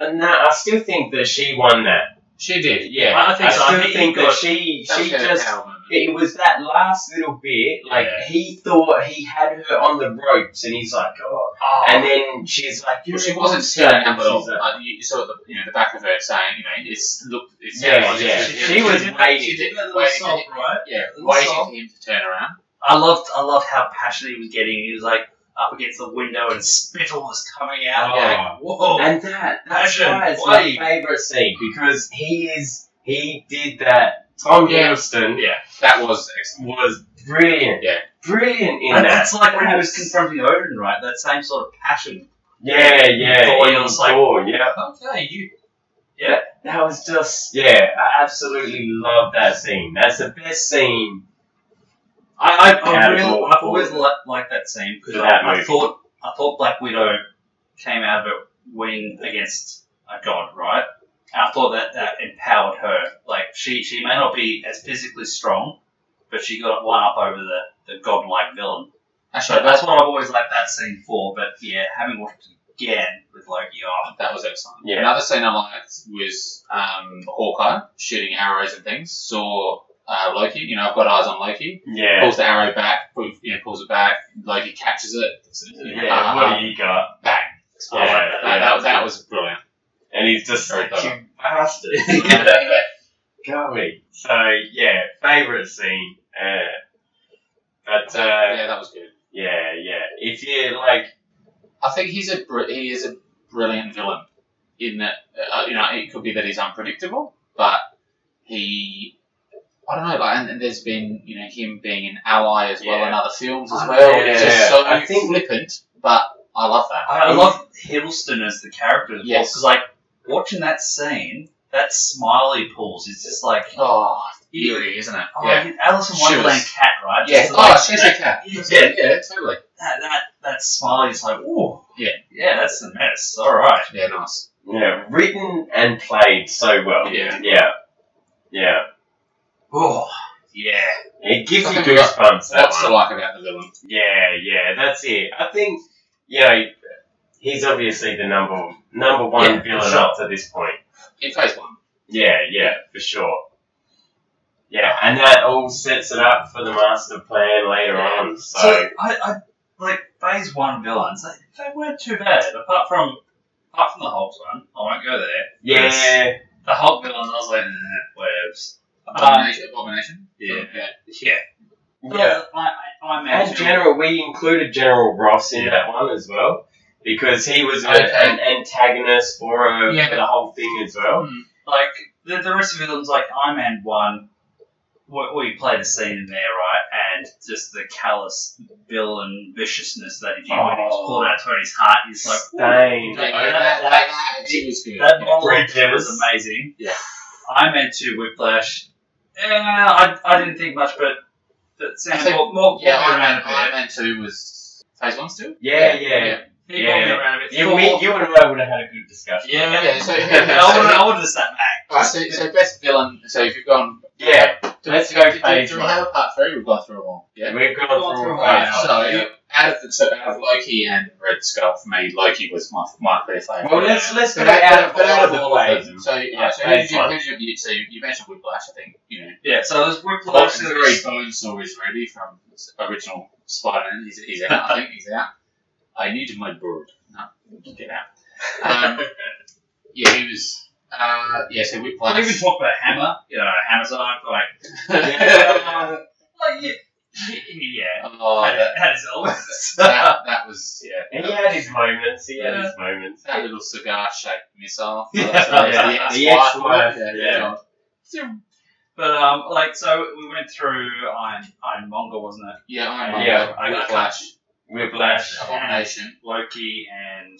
uh, Nah, I still think that she won that. She did. Yeah, I think so. I still think think you that got- she That's she her just power moment. it was that last little bit. Like Yeah. he thought he had her on the ropes, and he's like, oh. Oh, And then she's like, Well, "You're she a wasn't monster," staring and up at all. she's uh, like- Like, you, you saw the you know the back of her saying, you know, it's look, it's Yeah, yeah. She- She was did that- She waiting. did that little Waiting. assault, right? yeah, Little waiting soft. for him to turn around. I loved, I loved how passionate he was getting. He was like up against the window and spittle was coming out. Oh. Like, whoa! And that that's Passion, why it's my wave. favorite scene because he is he did that. Tom Yeah. Hiddleston That was excellent. was brilliant. Yeah. brilliant in and that. that's like when he was confronting Odin, right? That same sort of passion. Yeah, yeah. Thor, in it was like- Thor, yeah. Okay, you. That was just yeah. I absolutely love that scene. That's the best scene. I, I, Yeah, I real, Thor- I've always Thor. li- liked that scene because For that I, I movie. thought, I thought Black Widow came out of it winning against a god, right? And I thought that that empowered her. Like she, she may not be as physically strong, but she got one up over the the godlike villain. Actually, So that, that's what I've always liked that scene for, but yeah, having watched it again with Loki, oh, that was excellent. Yeah. Another scene I liked was um, Hawkeye shooting arrows and things. Saw uh, Loki. You know, I've got eyes on Loki. Yeah. Pulls the arrow back. pull- You know, pulls it back. Loki catches it. Yeah. Uh, what do you got? Bang. I Yeah, liked that. yeah. that, that was brilliant. And he's just Very like, clever. you bastard. Golly. So yeah, favorite scene. Uh, but uh, yeah, that was good. yeah, yeah. If you like, I think he's a br- he is a brilliant villain. In that, uh, you know, it could be that he's unpredictable, but he, I don't know. Like, and, and there's been you know him being an ally as well Yeah. in other films I as well. know, It's yeah. just so I think- flippant, but I love that. I, I love Hiddleston as the character as well, Yes. because like watching that scene, that smile he pulls is just like, oh, Oh, eerie, isn't it? yeah. yeah. Alice in Shivers. Wonderland cat, right? Yeah. Just Oh, like, it's just a cat. yeah, yeah, totally. that, that that smile is like, oh, Yeah. yeah, that's a mess. All right, Yeah, nice. you know, written and played so well. Yeah. Yeah. Yeah. oh, yeah, It gives I you think we got- goosebumps. That What's one. to like about the villain? Yeah, yeah, that's it. I think you know he's obviously the number number one Yeah, for villain sure. up to this point. In phase one. Yeah, yeah, for sure. Yeah, and that all sets it up for the master plan later on. So, Um, So I, I like phase one villains. They, they weren't too bad, apart from apart from the Hulk one. I won't go there. yeah, The Hulk villains, I was like, nah, whatever's. Um, Abomination. Abomination. yeah. yeah. yeah. yeah. I, I, I And imagine. General, we included General Ross in that one as well because he was a, Okay. an antagonist for uh Yeah. the whole thing as well. like the, the rest of it was like Iron Man one. We, we played a scene in there, right? And just the callous villain viciousness that he when he was pulling out Tony's heart, he's like Dane. Like, Yeah. that, that, that, it was good. that monologue Great bit was premise. amazing. Yeah. Iron Man two Whiplash. Yeah, I, I didn't think much, but but Sam I think- more, more Oh, Yeah, Iron around Man, a Iron bit. Man 2 was phase 1 still? Yeah, yeah. He Yeah. brought me around a bit. You, Thor- we, you and I would have had a good discussion. yeah. Oh, Yeah, so, I would so, I would have sat back. right, so, so best villain, so if you've gone... Yeah, do- let's do- go do- do- phase Do we one. have a part 3? We've gone through them all. Yeah. we've gone Gone through through all all that. that. So, yeah. out of the, so out of Loki and Red Skull, for me, Loki was my, my clear favourite. Well, let's let's go But out of but all the of ways. them, so, Yeah, yeah, so who did phase you, one. who did you, so you mentioned Whiplash, I think, you know. Yeah, so there's Whiplash. Obviously, there the was- Red Bone Saw is ready from s- original Spider-Man. He's, he's out. I think he's out. I need my bird. No, get out. Um, yeah, he was. Uh, yeah, so we Well, played. if we talk about Hammer, you know, Amazon, like, Yeah. Like, yeah. yeah. Oh, Had- that, had his elements. that, that was yeah. And he had his moments. He had Yeah. his moments. That little cigar-shaped missile. Yeah. That was The ex-wife, yeah. But um, like so, we went through Iron Iron Monger, wasn't it? Yeah, I'm Yeah, yeah, I- I- Whiplash, Whiplash. Abomination, Loki and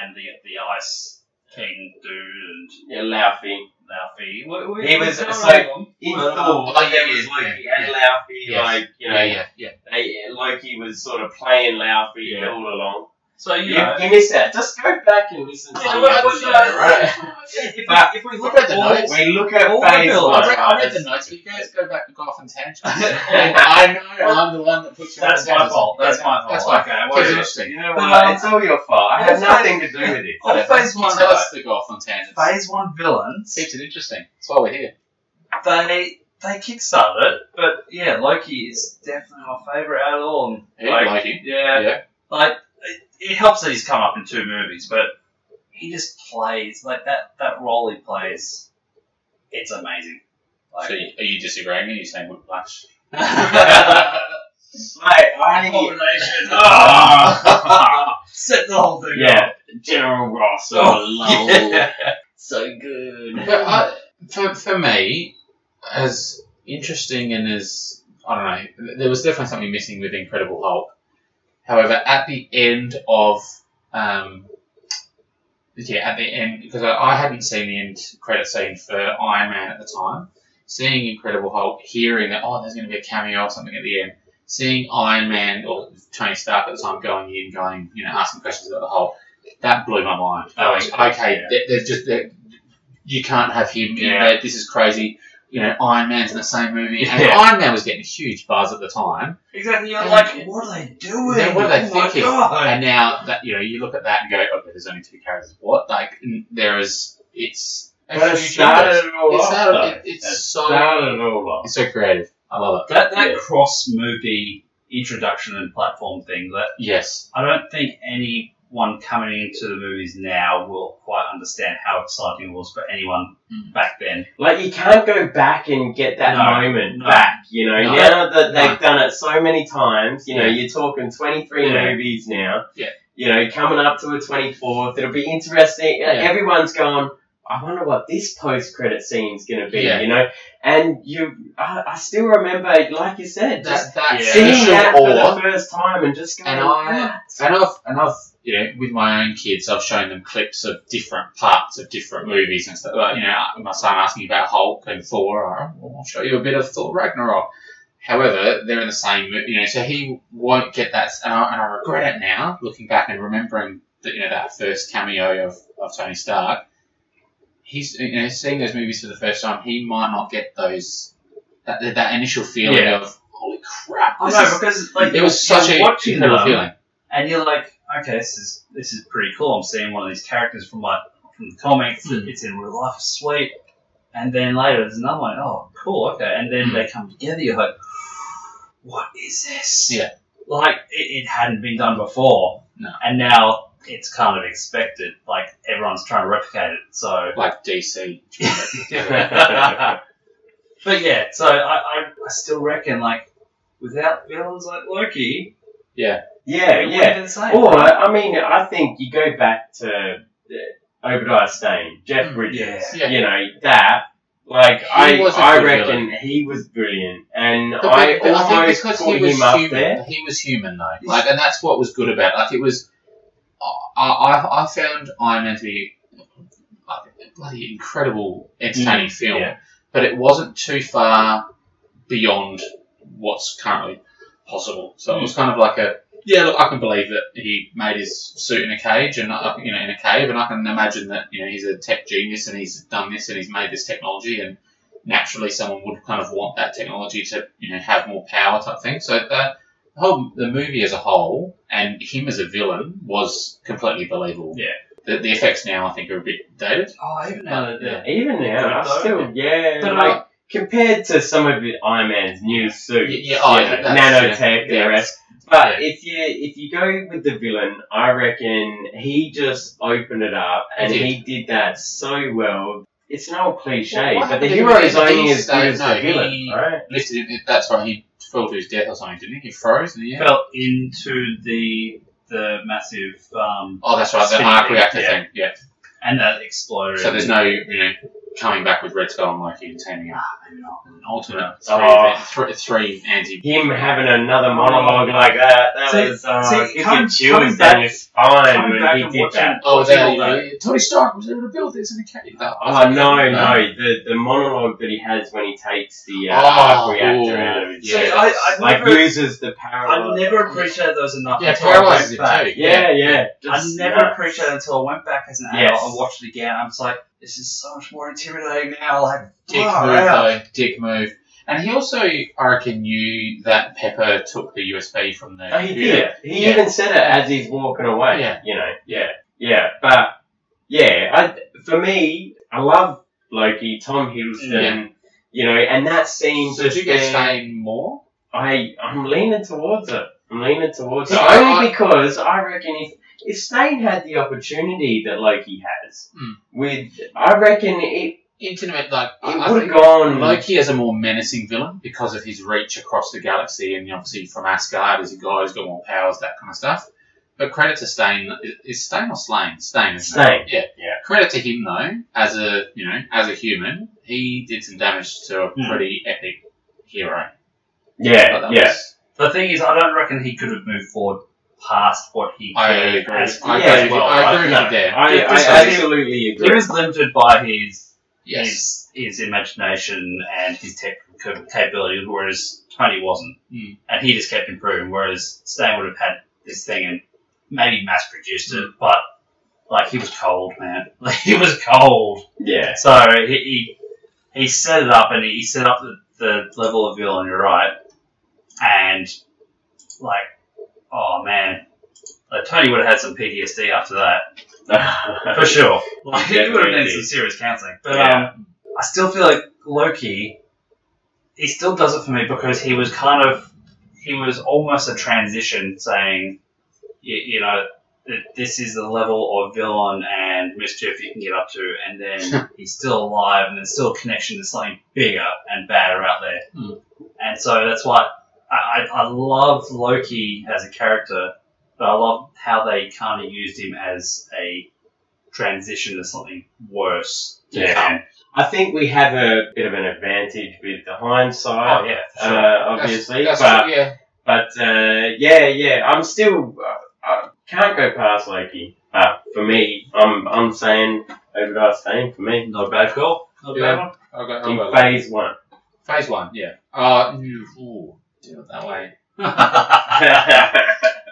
and the the Ice King dude and Yeah, Laufey. Laufey. We- we- He was we- so- In Well, Thor, oh, yeah, there yeah, was Loki yeah, and yeah. Laufey. Yes. Like you know, yeah, yeah, yeah. They, Loki was sort of playing Laufey Yeah. all along. So You, you know, you missed that. Just go back and listen to I- the I- I- episode, I- I- right? Oh, if, we- But- if we Look look at at the all, notes. We look at All phase the one. I read, I read the That's- notes, but you guys go back to Golf and Tangents. I know, I'm the one that puts you that's on my fault. That's my fault. That's fine. Okay, well, Because yeah. interesting. You know But, what? um, it's all your fault. I had also- nothing to do with it. Oh, phase You one, Tell us the Golf and Tangents. phase one villains. Keeps it interesting. That's why we're here. They they kickstarted it, but yeah, Loki is definitely my favorite out of all. And, Yeah, like, Loki. yeah, Yeah. like it, it helps that he's come up in two movies, but he just plays like that. That role he plays, it's amazing. Like, So you- are you disagreeing? Are you saying Whiplash? Mate, I Abomination. Ah! Set the whole thing Yeah, up. General Ross. Oh, Oh, yeah. So But good. I, for, for me, as interesting and as I don't know, there was definitely something missing with Incredible Hulk. However, at the end of um, yeah, at the end because I, I hadn't seen the end credit scene for Iron Man at the time. Seeing Incredible Hulk, hearing that oh, there's going to be a cameo or something at the end. Seeing Iron Man or Tony Stark at the time going in, going you know, asking questions about the Hulk. That blew my mind. Oh, Going, yeah. okay, Yeah. they they're just they're, you can't have him in Yeah. there. This is crazy. You know, Iron Man's in the same movie, and Yeah. Iron Man was getting huge buzz at the time. Exactly. You're And- like, what are they doing? Then what are they oh thinking? My God. And now that you know, you look at that and go, okay, there's only two characters. What? Like n- there is. It's. But it it's huge started universe. it all It off. started- though. it- it's It so- started it all off. It's so creative. I love it. That that Yeah. cross movie introduction and platform thing. That Yes. I don't think anyone coming into the movies now will quite understand how exciting it was for anyone Mm. back then. Like you can't go back and get that No, moment no. back. You know, No. now that they've No. done it so many times, you know, Yeah. you're talking 23 Yeah. movies now. Yeah. You know, coming up to a 24th, it'll be interesting. Yeah. Everyone's going. I wonder what this post-credit scene's going to be. Yeah. You know, and you, I, I still remember, like you said, just That, that Yeah. seeing initial that for awe the first time and just going, And I- And I've, and I've, you know, with my own kids, I've shown them clips of different parts of different movies and stuff. Like, you know, my son asked me about Hulk and Thor. I- I'll show you a bit of Thor Ragnarok. However, they're in the same, mo- you know, so he won't get that. And I, and I regret it now, looking back and remembering that, you know, that first cameo of, of Tony Stark. He's, you know, seeing those movies for the first time, he might not get those, that, that initial feeling Yeah. of, holy crap. I this know is- because like it was such you're a watching incredible them, feeling. and you're like, okay, this is this is pretty cool. I'm seeing one of these characters from my from the comics. Mm. It's in real life, sweet. And then later there's another one. Oh, cool, okay. And then Mm. they come together. You're like, what is this? Yeah. like it, it hadn't been done before. No. And now it's kind of expected. Like everyone's trying to replicate it. So. Like DC. but yeah, so I, I, I still reckon like without villains like Loki, yeah, it wouldn't yeah. be the same. Or, I mean, I think you go back to uh, Obadiah Stane, Jeff Bridges, Yeah. you know, that. Like, He I, was a I good reckon villain. he was brilliant. And But- I but- but almost think because put he was him up human, there. He was human though, like, and that's what was good about. it. Like it was, I, I, I found Iron Man to be like, a bloody incredible, entertaining film, Mm, yeah. but it wasn't too far beyond what's currently possible. So it was Mm. kind of like a yeah, look, I can believe that he made his suit in a cage and I- you know in a cave, and I can imagine that you know he's a tech genius and he's done this and he's made this technology and naturally someone would kind of want that technology to you know have more power type thing. So the whole the movie as a whole and him as a villain was completely believable. Yeah. The, the effects now I think are a bit dated. oh, even now uh, that they're- Even now, I Though, still, yeah. But uh, like, compared to some of the Iron Man's new suits, Yeah, yeah, oh, you know, yeah, that's- nanotech, yeah. the rest. But Yeah. if you if you go with the villain, I reckon he just opened it up, He and did. he did that so well. It's an old cliche, Well, what but the happened hero in is only Infinity as good Stone? as No, the villain, he- right? Lifted him, that's right. He fell to his death or something, didn't he? He froze in the air. fell into the the massive um, Oh, that's right, the Spinning arc thing, reactor yeah. thing. Yeah. and that exploded. So there's no, you know, coming back with Red Skull and Loki and teaming up. Ah, Maybe not. An alternate three, Oh. event- three, three anti. Him having another monologue like that, that See- was, uh, see, it gives coming- you chills coming down back- your spine coming when back he and did watching- that. Oh, they- Tony Stark was able to build this in a cave. Oh, no, no, the, the monologue that he has when he takes the uh, Oh, arc reactor ooh. out of his See, chest. I, I like, never, uses the power. I never appreciated those enough. Yeah, until I went paralyzes it back. too. Yeah, yeah. I never appreciated it until I went back as an adult Yes. and watched it again. I was like, this is so much more intimidating now. Like, Dick far move, out. though. Dick move. And he also, I reckon, knew that Pepper took the USB from the. Oh, he computer. did. He Yeah. even said it as he's walking away. Yeah. You know. Yeah. Yeah. But yeah, I for me, I love Loki, Tom Hiddleston. You know, and that scene. So just did you get there, Stain more? I I'm leaning towards it. I'm leaning towards it No, I- only I- because I reckon if if Stain had the opportunity that Loki has Hmm. with, I reckon it Intimate, like I- I it would have think gone. Loki is a more menacing villain because of his reach across the galaxy, and obviously from Asgard as a guy who's got more powers, that kind of stuff. But credit to Stain, is Stain or Slain? Stain, isn't Stain. it? Yeah, Yeah. Credit to him though, as a you know, as a human, he did some damage to a Hmm. pretty epic hero. But yeah, Oh, that yeah. was- The thing is, I don't reckon he could have moved forward past what he I did. agree. as- I Yeah, agree, with you. I agree with you there. I, Yeah, I just- absolutely He agree. was limited by his Yes. his, his imagination and his technical capability, whereas Tony wasn't. Hmm. And he just kept improving, whereas Stan would have had this thing and maybe mass produced it, but like he was cold, man. Like he was cold. Yeah, So he, he he set it up and he set up the, the level of villain, you're right. And like oh man. Like Tony would have had some PTSD after that. For sure. Like, he would have needed some serious counselling. But Yeah. um, I still feel like Loki, he still does it for me because he was kind of, he was almost a transition saying, you, you know, that this is the level of villain and mischief you can get up to. And then he's still alive and there's still a connection to something bigger and badder out there. Hmm. And so that's why I, I, I love Loki as a character, but I love how they kind of used him as a transition to something worse. to Yeah. come. I think we have a bit of an advantage with the hindsight, Oh yeah, for sure. uh, That's- obviously. that's- but yeah. but uh, yeah, yeah, I'm still uh, I can't go past Loki. But for me, I'm I'm saying Obadiah Stane for me Not a bad call. Not a bad Yeah. one. I'll go- I'll in go phase one. Phase one, oh, yeah. Uh, ooh, do it that way. yeah,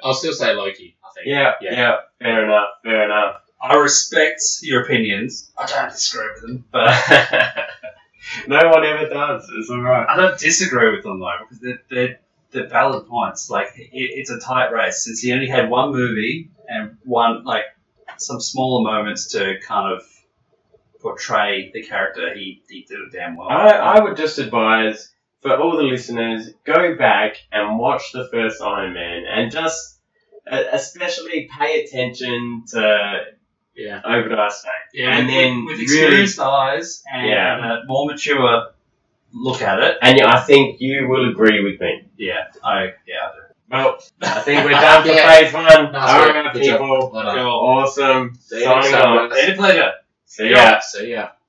I'll still say Loki. I think. yeah, fair enough, fair enough. I respect your opinions. I don't disagree with them, but But no one ever does. It's all right. I don't disagree with them though because they're they're, they're valid points. Like it, it's a tight race since he only had one movie and one like some smaller moments to kind of portray the character. He he did it damn well. I, I would just advise for all the listeners go back and watch the first Iron Man and just uh, especially pay attention to Yeah. Obadiah Stane. yeah, and with- then with really- experienced eyes and Yeah. a more mature look at it. And I think you will agree with me. Yeah, I yeah. I do. Well, I think we're done for Yeah. phase one. Nice all work. right, Good job. people. Well done. You're awesome. See you next Signing time, off. guys. Been a pleasure. See ya. Yeah. So yeah.